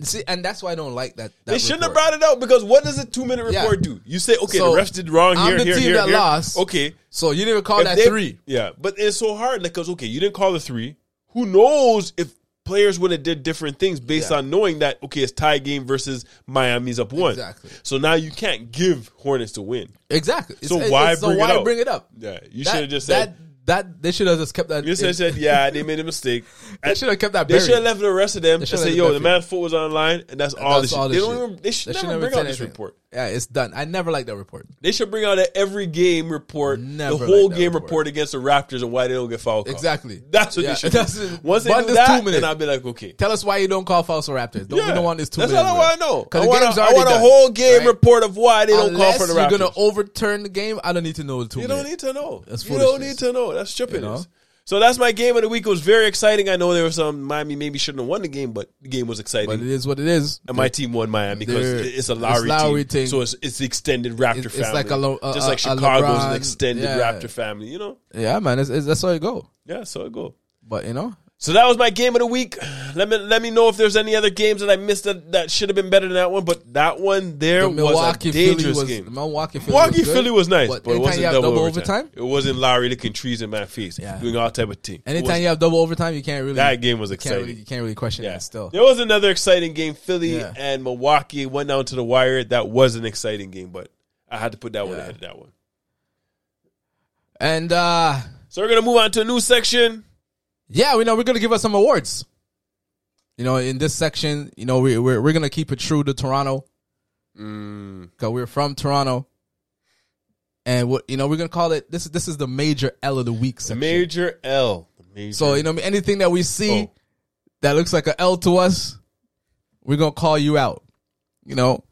A: See, and that's why I don't like that. that
B: they shouldn't have
A: report.
B: brought it out because what does a two minute
A: Yeah.
B: report do? You say okay,
A: So,
B: the refs did wrong
A: I'm
B: here,
A: the
B: here,
A: team
B: here,
A: that
B: here.
A: lost.
B: Okay,
A: So you didn't even call
B: If
A: that
B: they-
A: three.
B: Yeah, but it's so hard because okay, you didn't call the three. Who knows if players would have did different things based on knowing that okay, it's tie game versus Miami's up one.
A: Exactly.
B: So now you can't give Hornets to win.
A: Exactly. It's-
B: So
A: it's-
B: why
A: so
B: bring it
A: why
B: up?
A: bring it up?
B: Yeah, you
A: That-
B: should have just said.
A: that. That they should have just kept that.
B: you should have
A: in-
B: said, "Yeah, they made a mistake."
A: They
B: And
A: should have kept that.
B: they
A: Buried.
B: should have left the rest of them and
A: should
B: say,
A: have
B: "Yo,
A: left
B: the
A: it.
B: man's foot was online, and that's all
A: That's
B: this.
A: all
B: shit.
A: this
B: they don't
A: shit.
B: even. They should
A: They
B: never
A: shouldn't
B: bring
A: have
B: out
A: said
B: this
A: anything.
B: report. Oh.
A: Yeah, it's done. I never liked that report.
B: They should bring out an every game report,
A: Never
B: the whole
A: liked that
B: game
A: report.
B: report. against the Raptors, and why they don't get foul. calls.
A: Exactly.
B: That's what
A: Yeah,
B: they should.
A: that's
B: do.
A: it.
B: Once they
A: But
B: do
A: this
B: that,
A: two minutes.
B: then I'll be like, okay.
A: Tell us why you don't call Falso Raptors. Don't we don't want this two
B: That's
A: minutes.
B: all I want to know. I
A: the
B: want,
A: game's
B: a, I
A: already
B: want a
A: done,
B: whole game
A: right?
B: report of why they don't call
A: Unless
B: for the
A: you're
B: Raptors.
A: gonna overturn the game, I don't need to know the two
B: You
A: minutes.
B: don't need to know.
A: That's
B: you don't need
A: foolishness.
B: to know. That's tripping.
A: You know?
B: So that's my game of the week. It was very exciting. I know there was some Miami maybe shouldn't have won the game, but the game was exciting.
A: but it is what it is.
B: and my team won Miami because
A: They're-
B: it's a
A: it's
B: Lowry,
A: Lowry
B: team,
A: team.
B: so it's it's the extended Raptor
A: It- it's
B: family,
A: like a lo- a-
B: just like
A: a- a
B: Chicago's an
A: LeBron,
B: extended
A: yeah.
B: Raptor family. You know,
A: Yeah, man. It's, it's, that's how it go.
B: yeah. So it go.
A: But you know,
B: So that was my game of the week. Let me let me know if there's any other games that I missed that, that should have been better than that one. But that one there
A: the
B: was a
A: Milwaukee Philly
B: dangerous
A: was
B: game.
A: Milwaukee Philly
B: Milwaukee
A: was good,
B: Philly was nice, but,
A: but,
B: it
A: anytime
B: wasn't
A: you have
B: double,
A: double
B: overtime.
A: overtime,
B: It wasn't Lowry looking trees in my face,
A: Yeah.
B: doing all type of things.
A: anytime you have double overtime, you can't really
B: that game was
A: you can't really,
B: exciting.
A: you can't really question
B: Yeah.
A: that still.
B: There was another exciting game. Philly
A: Yeah.
B: and Milwaukee went down to the wire. That was an exciting game, but I had to put that one
A: Yeah.
B: ahead of that one.
A: And uh
B: So we're gonna move on to a new section.
A: yeah, we know we're gonna give us some awards. You know, in this section, you know, we we're, we're gonna keep it true to Toronto
B: Mm,
A: because we're from Toronto, and what you know, we're gonna call it this. This is the major L of the week
B: The
A: section.
B: major L. The Major
A: So you know, anything that we see
B: Oh.
A: that looks like an L to us, we're gonna call you out. You know,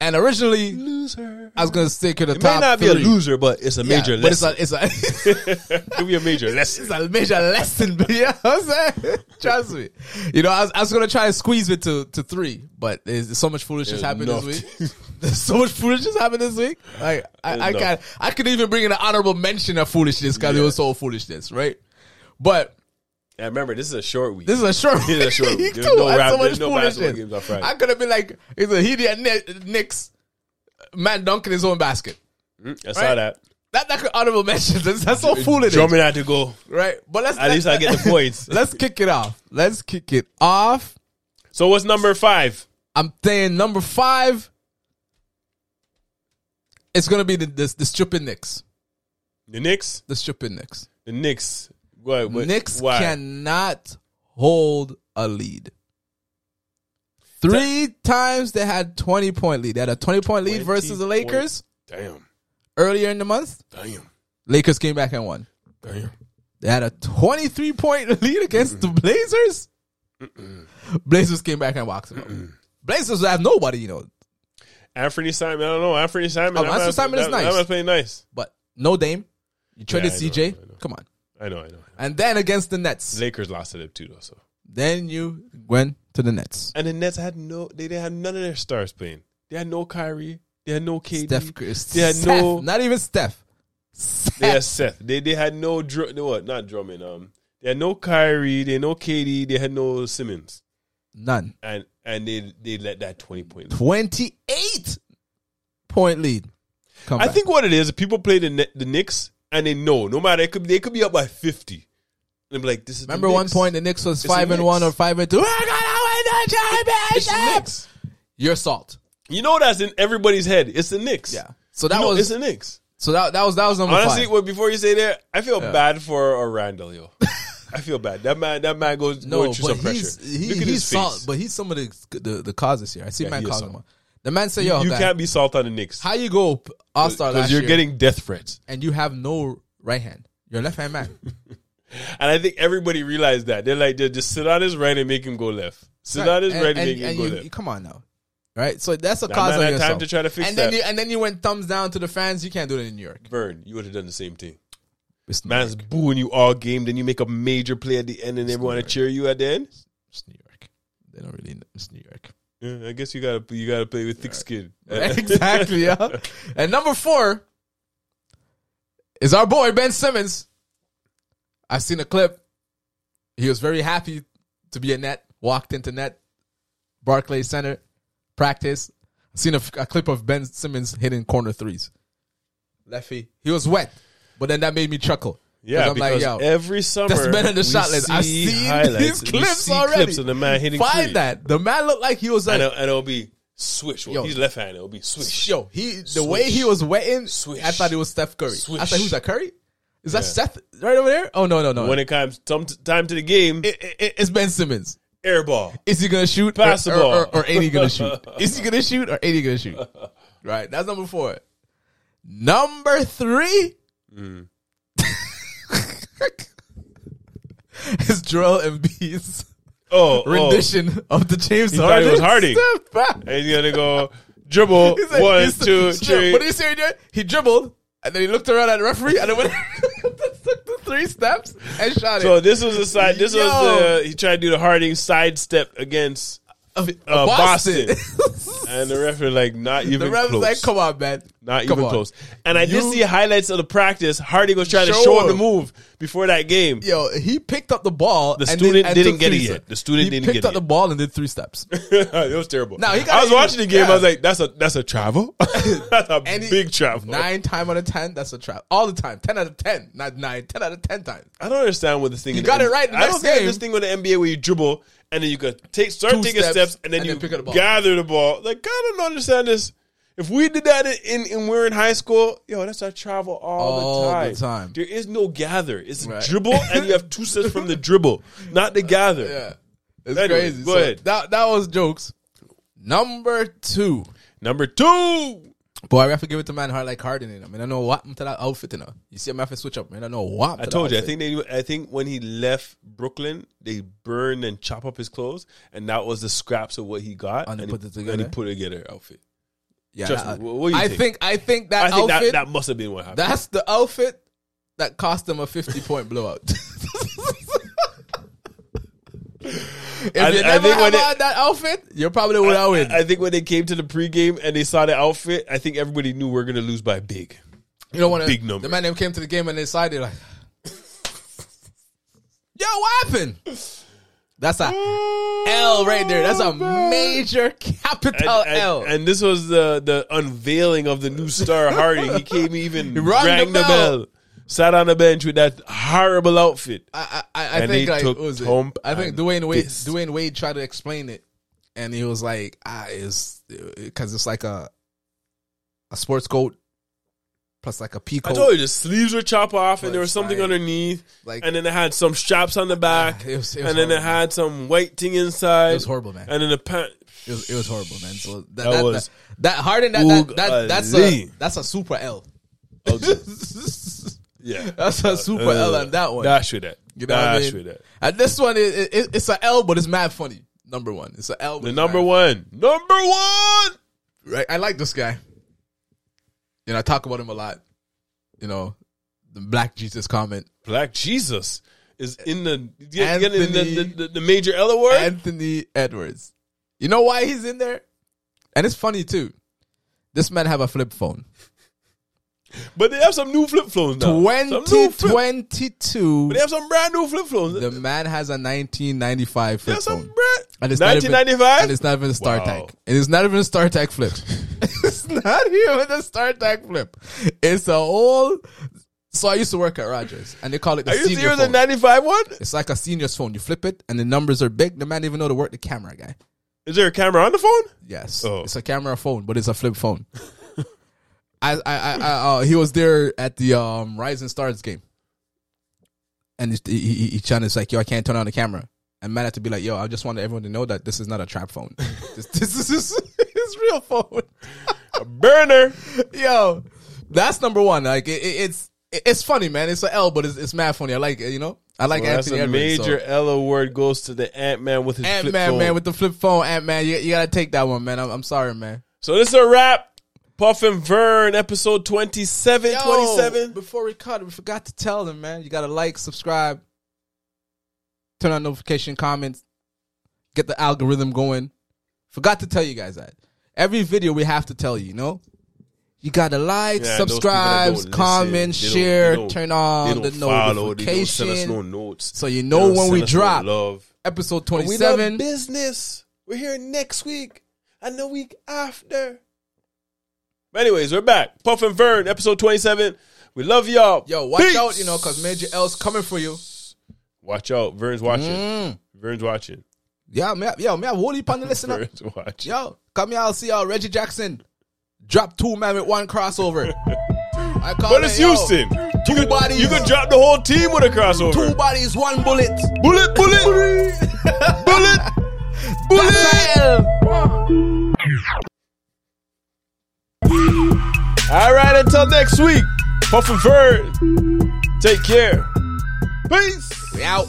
A: and originally
B: loser.
A: I was gonna stick to the
B: It may
A: top
B: not be
A: three.
B: a loser, but it's a
A: Yeah,
B: major
A: but it's
B: lesson.
A: a it's a
B: Give me a major lesson.
A: it's a major lesson. But you know what I'm saying? Trust me. You know, I was, I was gonna try to squeeze it to to three, but there's so much foolishness happened
B: enough.
A: this week. There's so much foolishness happened this week. Like I, I
B: Enough.
A: can I could even bring in an honorable mention of foolishness because
B: Yeah.
A: it was so foolishness, right? But
B: And remember, this is a short week.
A: This is a short
B: This is a short
A: week.
B: week. There's
A: too.
B: no
A: I had
B: rap-
A: so much
B: there's no basketball
A: foolishness.
B: games on Friday.
A: I could have been like, it's a he and Knicks, man dunking his own basket.
B: Mm, I saw
A: right?
B: that.
A: That that could honorable mention. That's, that's so foolish,
B: Drummond had to go.
A: right? But let's
B: At least I get the points.
A: let's kick it off. Let's kick it off.
B: So what's number five?
A: I'm saying number five. It's gonna be the the, the stripping Knicks.
B: The Knicks.
A: The stripping Knicks.
B: The Knicks. What, what,
A: Knicks
B: why?
A: cannot hold a lead. Three times they had twenty point lead. They had a twenty point lead
B: 20
A: versus the
B: point.
A: Lakers
B: Damn.
A: earlier in the month.
B: Damn.
A: Lakers came back and won.
B: Damn.
A: They had a twenty three point lead against the Blazers. Blazers came back and walked them up. Blazers have nobody, you know,
B: Anthony Simon. I don't know. Anthony Simon.
A: Oh,
B: that
A: Anthony
B: man's-
A: Simon is
B: that-
A: nice.
B: That man's playing nice.
A: but no Dame. You traded
B: I know,
A: CJ.
B: I know.
A: Come on,
B: I I know, I know.
A: And then against the Nets,
B: Lakers lost to them too, though. So
A: then you went to the Nets.
B: and the Nets had no, they didn't have none of their stars playing. They had no Kyrie. They had no KD.
A: Steph,
B: They had
A: Steph,
B: no.
A: not even Steph.
B: They had Seth. They they had no drum. No, what? Not drumming. Um, they had no Kyrie. They had no KD. They had no Simmons.
A: None.
B: And and they they let that twenty point. lead.
A: Twenty-eight point lead. Come
B: I
A: back.
B: think what it is, people play the Kn- the Knicks and they know no matter it could they could be up by fifty. And I'm like, this is the
A: Remember one
B: Knicks.
A: point the Knicks was
B: the
A: five and one or
B: Knicks.
A: five and two. We're gonna win the
B: It's the
A: championship.
B: Knicks.
A: You're salt.
B: You know that's in everybody's head. It's the Knicks.
A: So that
B: You know, it's
A: was
B: the Knicks.
A: so that that was that was number
B: Honestly,
A: five.
B: well, before you say that, I feel bad for uh, Randall, yo. I feel bad. That man, that man goes
A: No,
B: going through
A: but
B: some
A: he's
B: pressure.
A: he,
B: Look at
A: he's
B: his face.
A: salt. But he's some of the the, the causes here. I see man
B: he is
A: calling
B: salt.
A: him. out. The man said, "Yo,
B: you
A: guy,
B: can't be salt on the Knicks
A: how you go All Star
B: because
A: last
B: you're
A: year
B: getting death threats.
A: and you have no right hand? You're a left hand man.
B: And I think everybody realized that. They're like, just sit on his right and make him go left. Sit
A: Right.
B: on his right and, make him
A: and
B: go
A: you,
B: left.
A: you- come on now, right? So that's a
B: That
A: cause
B: man
A: of
B: had time
A: yourself.
B: to try to fix
A: and
B: that.
A: then you, and then you went thumbs down to the fans. You can't do that in New York.
B: Vern, you would have done the same thing.
A: It's New York.
B: Man's booing you all game, then you make a major play at the end, and everyone to cheer you at the end.
A: It's New York. They don't really. know- It's New York.
B: Yeah, I guess you gotta you gotta play with thick skin.
A: exactly. Yeah. And number four is our boy Ben Simmons. I've seen a clip. He was very happy to be a net. Walked into net, Barclays Center, practice. I've seen a, f- a clip of Ben Simmons hitting corner threes. Lefty. He was wet, but then that made me chuckle.
B: Yeah,
A: 'Cause I'm like,
B: because
A: yo,
B: every summer
A: that's better than
B: we
A: shot list. I've
B: see
A: seen
B: highlights,
A: these
B: we
A: clips
B: see
A: already.
B: Clips of the man hitting
A: find
B: threes.
A: that the man looked like he was like
B: and, it'll- and it'll be swish. Well,
A: Yo.
B: he's left handed. It'll be swish.
A: Yo, he the way he was wetting,
B: Swish.
A: I thought it was Steph Curry. I
B: Swish.
A: thought who's that Curry? Is that Seth right over there? Oh no no no!
B: When it comes some t- time to the game,
A: It- it- it- it's Ben Simmons.
B: air ball.
A: Is he gonna shoot? Or-
B: Pass the
A: or, or,
B: ball.
A: or ain't he gonna shoot? Is he gonna shoot or ain't he gonna shoot? Right, that's number four. Number three
B: Mm.
A: is Joel Embiid's
B: Oh, rendition.
A: rendition of the James
B: thought
A: Harden.
B: it was Harding.
A: step back.
B: Oh. And he's gonna go dribble
A: He's like,
B: one,
A: he's-
B: two,
A: he's-
B: three.
A: What did he say? he did? He dribbled and then he looked around at the referee and then went took the three steps and shot
B: So
A: it.
B: this was a side. This
A: Yo.
B: was the he tried to do the Harding sidestep against,
A: Of-
B: uh,
A: of
B: Boston. and the referee like not even
A: the ref
B: close.
A: was like, "Come on, man,
B: not
A: Come
B: even
A: on.
B: close. And I did
A: You-
B: see highlights of the practice. Hardy was trying to
A: Show
B: show him the
A: him.
B: move before that game.
A: Yo, he picked up the ball.
B: The
A: and
B: student
A: did- and
B: didn't
A: took
B: get it
A: three
B: yet.
A: steps.
B: The student
A: He
B: didn't
A: picked
B: get it
A: up the
B: yet.
A: ball and did three steps.
B: it was terrible.
A: Now, he
B: I
A: gotta
B: was
A: even-
B: watching the game. I was
A: yeah.
B: like, "That's a that's a travel. that's a
A: And he-
B: big travel."
A: Nine time out of ten, that's a trap. All the time, ten out of ten, not nine. Ten out of ten times.
B: I don't understand what this thing. You
A: got it right the
B: I don't
A: next
B: get
A: game.
B: this thing with the NBA where you dribble and then you could take start
A: Two
B: taking steps,
A: steps
B: and then
A: and
B: you
A: then pick up the ball.
B: gather the ball. Like I don't understand this. If we did that in, in, in we're in high school, yo, that's our travel all,
A: All
B: the
A: the
B: time.
A: time.
B: There is no gather. It's
A: Right.
B: dribble, and you have two steps from the dribble, not the gather.
A: Yeah, it's
B: Anyway,
A: crazy.
B: go
A: So
B: ahead.
A: That that was jokes. Number two.
B: Number two,
A: Boy, I have to give it to man hard like Harden in him. And I know what happened to that outfit in her. You see him have to switch up, man. I know what happened
B: I
A: to
B: told
A: that
B: you. I
A: outfit.
B: think they. I think when he left Brooklyn, they burned and chop up his clothes, and that was the scraps of what he got,
A: And he put it
B: And he
A: together?
B: put together outfit.
A: Yeah,
B: Trust
A: that-
B: me, what- what do you
A: I
B: think?
A: think? I think that
B: I think
A: outfit
B: that, that must have been what happened.
A: that's the outfit that cost him a fifty point blowout. if
B: I- I
A: you never
B: think when
A: have
B: it-
A: had that outfit, you're probably without win.
B: I, I think when they came to the pregame and they saw the outfit, I think everybody knew we're gonna lose by big.
A: you know when
B: big
A: the,
B: number.
A: the man them came to the game and they decided like Yo, what happened? That's a L right there. That's a major
B: Mm, And,
A: capital
B: and-
A: L.
B: and this was the the unveiling of the new star Hardy. He came even
A: rang
B: rang
A: the
B: the bell. sat on the bench with that horrible outfit.
A: I, I, I
B: And
A: think
B: he
A: like
B: took
A: what was it?
B: Trump
A: I think
B: and
A: Dwayne Wade
B: pissed.
A: Dwayne Wade tried to explain it, and he was like, "Ah, is because it's like a a sports coat plus like a pea
B: I told
A: coat.
B: you the sleeves were chopped off, and there was something
A: Like-
B: underneath,
A: like-
B: and then it had some straps on the back,
A: It was- it was
B: and then it
A: horrible.
B: had some white thing inside.
A: It was horrible, man.
B: And then the pant.
A: It was, it was horrible, man. So that, that,
B: That was-
A: that, that Harden that, that,
B: Oog-a-lee.
A: that that's a that's a super L.
B: Oh, Yeah,
A: That's a super L on that one.
B: Dash with that.
A: You know what I
B: Dash
A: mean?
B: with that.
A: And this one is it, it, it's a L, but it's mad funny. Number one, it's a L. but
B: The
A: it's
B: number
A: mad
B: one. Number one.
A: right? I like this guy. You know, I talk about him a lot. You know, the Black Jesus comment.
B: Black Jesus is in the yeah,
A: Anthony-
B: in the, the, the, the major L word.
A: Anthony Edwards. You know why he's in there? And it's funny too. This man have a flip phone.
B: but they have some new flip phones now. Some new flip- But
A: 2022.
B: they have some brand new flip phones.
A: The man has a 1995
B: they
A: flip
B: have some
A: phone.
B: brand.
A: And it's not even-
B: 1995.
A: And it's not even a star
B: Wow.
A: tag. And it's not even a star tag flip. it's not even a star tag flip. It's a old. So I used to work at Rogers, and they call it the
B: Are you
A: senior
B: serious? The
A: phone.
B: 95 one?
A: it's like a senior's phone. You flip it, and the numbers are big. The man didn't even know to work the camera guy.
B: Is there a camera on the phone?
A: Yes,
B: Oh.
A: it's a camera phone, but it's a flip phone. I, I, I, I uh, he was there at the um, Rising Stars game, and he's- he, he, he China's like, "Yo, I can't turn on the camera." And man had to be like, "Yo, I just want everyone to know that this is not a trap phone. this, this is his, his real phone."
B: A burner.
A: Yo, that's number one. Like it, it, it's it- it's funny, man. It's an L, but it's, it's mad funny. I like it. You know, I like
B: Well, that's
A: Anthony
B: a
A: Edwards.
B: major
A: so.
B: L word goes to the Ant Man with his
A: Ant
B: flip
A: Man,
B: phone.
A: man, with the flip phone, Ant Man, you, you gotta take that one, man. I'm, I'm sorry, man.
B: so this is a wrap. Puff and Vern, episode 27.
A: Yo,
B: 27.
A: Before we cut, we forgot to tell them, man. You gotta like, subscribe, turn on notification, comments, get the algorithm going. Forgot to tell you guys that. Every video we have to tell you, you know? You gotta like,
B: Yeah, those people that
A: subscribe,
B: don't
A: comment,
B: listen, they don't-
A: share,
B: they don't-
A: turn
B: They
A: on the
B: don't follow. They don't
A: notification.
B: send us no notes.
A: so you
B: They
A: know
B: don't
A: when we
B: send us no
A: drop.
B: love.
A: Episode
B: We love
A: 27.
B: business. We're here next week and the week after. But anyways, we're back. Puff and Vern, episode 27. We love y'all.
A: Yo, watch
B: Peace.
A: out, you know, cause Major L's coming for you.
B: Watch out. Vern's watching.
A: Mm.
B: Vern's watching.
A: Yeah, me, yo, me, have Wooly Pan the listener.
B: Vern's watching.
A: Yo, come here, I'll see y'all. Reggie Jackson. Drop two man with one crossover. I call
B: But
A: it,
B: it's
A: yo,
B: Houston.
A: Two
B: you could,
A: bodies.
B: You could drop the whole team with a crossover.
A: Two bodies, one bullet.
B: bullet, bullet, bullet, bullet.
A: Bullet.
B: All right, until next week. Puff and Vern, take care. Peace.
A: We out.